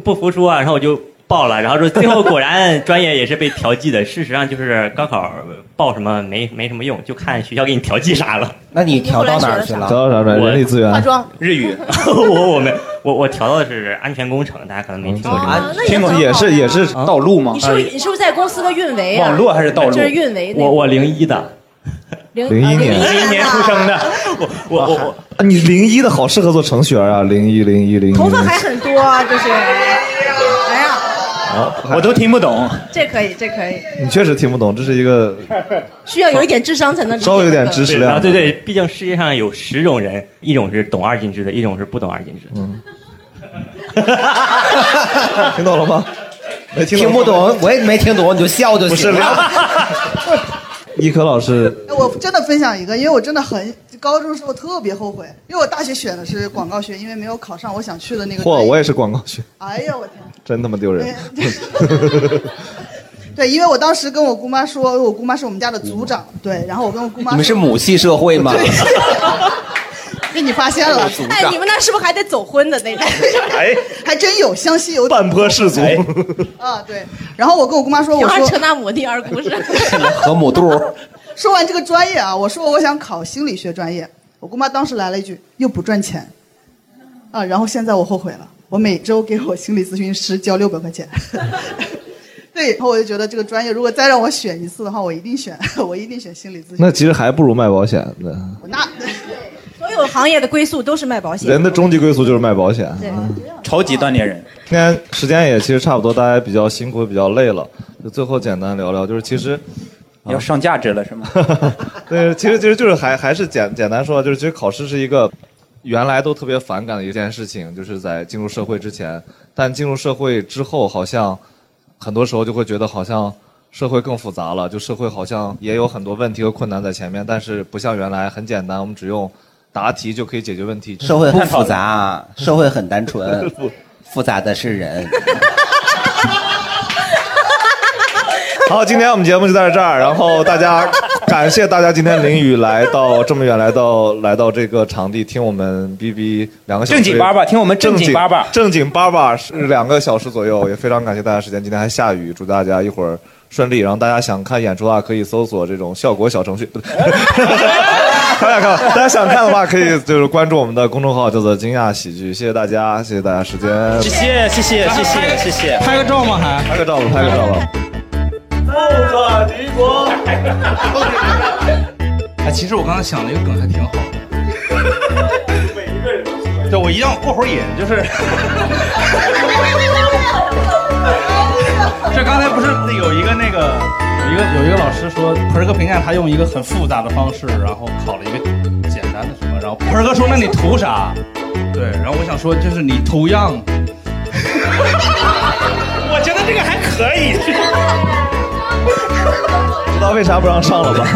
Speaker 19: 不服输啊，然后我就。报了，然后说最后果然 专业也是被调剂的。事实上就是高考报什么没没什么用，就看学校给你调剂啥了。
Speaker 3: 那你调到哪儿去了？
Speaker 2: 调到啥专业？人力资源。
Speaker 15: 啊
Speaker 4: 妆、
Speaker 19: 日 语，我我没我我调到的是安全工程，大家可能没听过这
Speaker 4: 哦
Speaker 19: 个啊
Speaker 4: 那也。听过很好
Speaker 2: 也是也
Speaker 19: 是
Speaker 2: 道路吗
Speaker 4: 你是不是你是不是在公司的运维啊？
Speaker 19: 网络还是道路
Speaker 4: 就是运维那
Speaker 19: 我我零一的，
Speaker 2: 啊
Speaker 4: 零
Speaker 2: 零一年
Speaker 4: 零一年出
Speaker 5: 生的，
Speaker 19: 我我我我
Speaker 2: 啊你零一的好适合做程序员啊，零一零一零一。
Speaker 4: 头发还很多啊，就是，哎呀，
Speaker 5: 我都听不懂。
Speaker 4: 这可以，这可以，
Speaker 2: 你确实听不懂，这是一个
Speaker 4: 需要有一点智商才能理解这个
Speaker 19: 啊，对对，毕竟世界上有十种人，一种是懂二进制的，一种是不懂二进制的。 嗯，
Speaker 2: 听懂了吗？没
Speaker 3: 听不懂，我也没听懂，你就笑就行了。
Speaker 2: 一科老师，
Speaker 10: 哎我真的分享一个，因为我真的很高中的时候特别后悔，因为我大学选的是广告学，因为没有考上我想去的那个
Speaker 2: 嚯，
Speaker 10: 专业。
Speaker 2: 我也是广告学，
Speaker 10: 哎呀，我天！
Speaker 2: 真他妈丢人。
Speaker 10: 对，因为我当时跟我姑妈说，我姑妈是我们家的组长，
Speaker 2: 嗯
Speaker 10: 对，然后我跟我姑妈
Speaker 3: 你
Speaker 10: 说，
Speaker 3: 们是母系社会 吗？
Speaker 10: 被你发 现了，
Speaker 3: 哎你
Speaker 10: 们那是不是还得走婚的那种？
Speaker 5: 哎，
Speaker 10: 还真有，湘西有
Speaker 2: 半坡氏族。
Speaker 3: 哎
Speaker 10: 啊，对。然后我跟我姑妈说，我
Speaker 4: 平安
Speaker 10: 说
Speaker 4: 车纳姆第二 故事。
Speaker 3: 河姆渡，
Speaker 10: 说完这个专业啊，我说我想考心理学专业，我姑妈当时来了一句又不赚钱，啊，然后现在我后悔了，我每周给我心理咨询师交六百块钱， 对，然后我就觉得这个专业如果再让我选一次的话，我一定选， 我一定选心理咨询。
Speaker 2: 那其实还不如卖保险呢。
Speaker 10: 那
Speaker 4: 所有行业的归宿都是卖保险。
Speaker 2: 人的终极归宿就是卖保险。
Speaker 4: 对，
Speaker 5: 超级锻炼人。
Speaker 2: 今天时间也其实差不多，大家比较辛苦，比较累了，就最后简单聊聊，就是其实
Speaker 5: 要上价值了是吗？
Speaker 2: 对，其实其实就是还还是简简单说，就是其实考试是一个原来都特别反感的一件事情，就是在进入社会之前，但进入社会之后，好像很多时候就会觉得好像社会更复杂了，就社会好像也有很多问题和困难在前面，但是不像原来很简单，我们只用答题就可以解决问题。
Speaker 3: 社会
Speaker 2: 不
Speaker 3: 很复 杂，社会很单纯
Speaker 2: 不，
Speaker 3: 复杂的是人。
Speaker 2: 好，今天我们节目就在这儿，然后大家感谢大家今天淋雨来到这么远，来到来到这个场地听我们哔哔两个小时，
Speaker 5: 正经巴巴听我们正
Speaker 2: 正
Speaker 5: 经巴巴
Speaker 2: 正经巴巴是两个小时左右，也非常感谢大家时间，今天还下雨，祝大家一会儿顺利，然后大家想看演出的话可以搜索这种效果小 程序，不对大家看，大家想看的话可以就是关注我们的公众号叫做惊讶喜剧，谢谢大家，谢谢大家时间，
Speaker 5: 谢谢谢谢谢谢谢谢，
Speaker 2: 拍个照吗？还拍个照吧，拍个照吧。
Speaker 20: 斗转敌国。
Speaker 15: 哎，其实我刚才想了一个梗，还 挺好的。每一个人，对我一定要过会儿瘾，就是。这刚才不是有一个那个
Speaker 1: 有一个有一个老师说，盆儿哥评价他用一个很复杂的方式，然后考了一个简单的什么，然后盆儿哥说：“那你图啥？”对，然后我想说，就是你图样。
Speaker 20: 我觉得这个还可以。
Speaker 2: 知道为啥不让上了吧？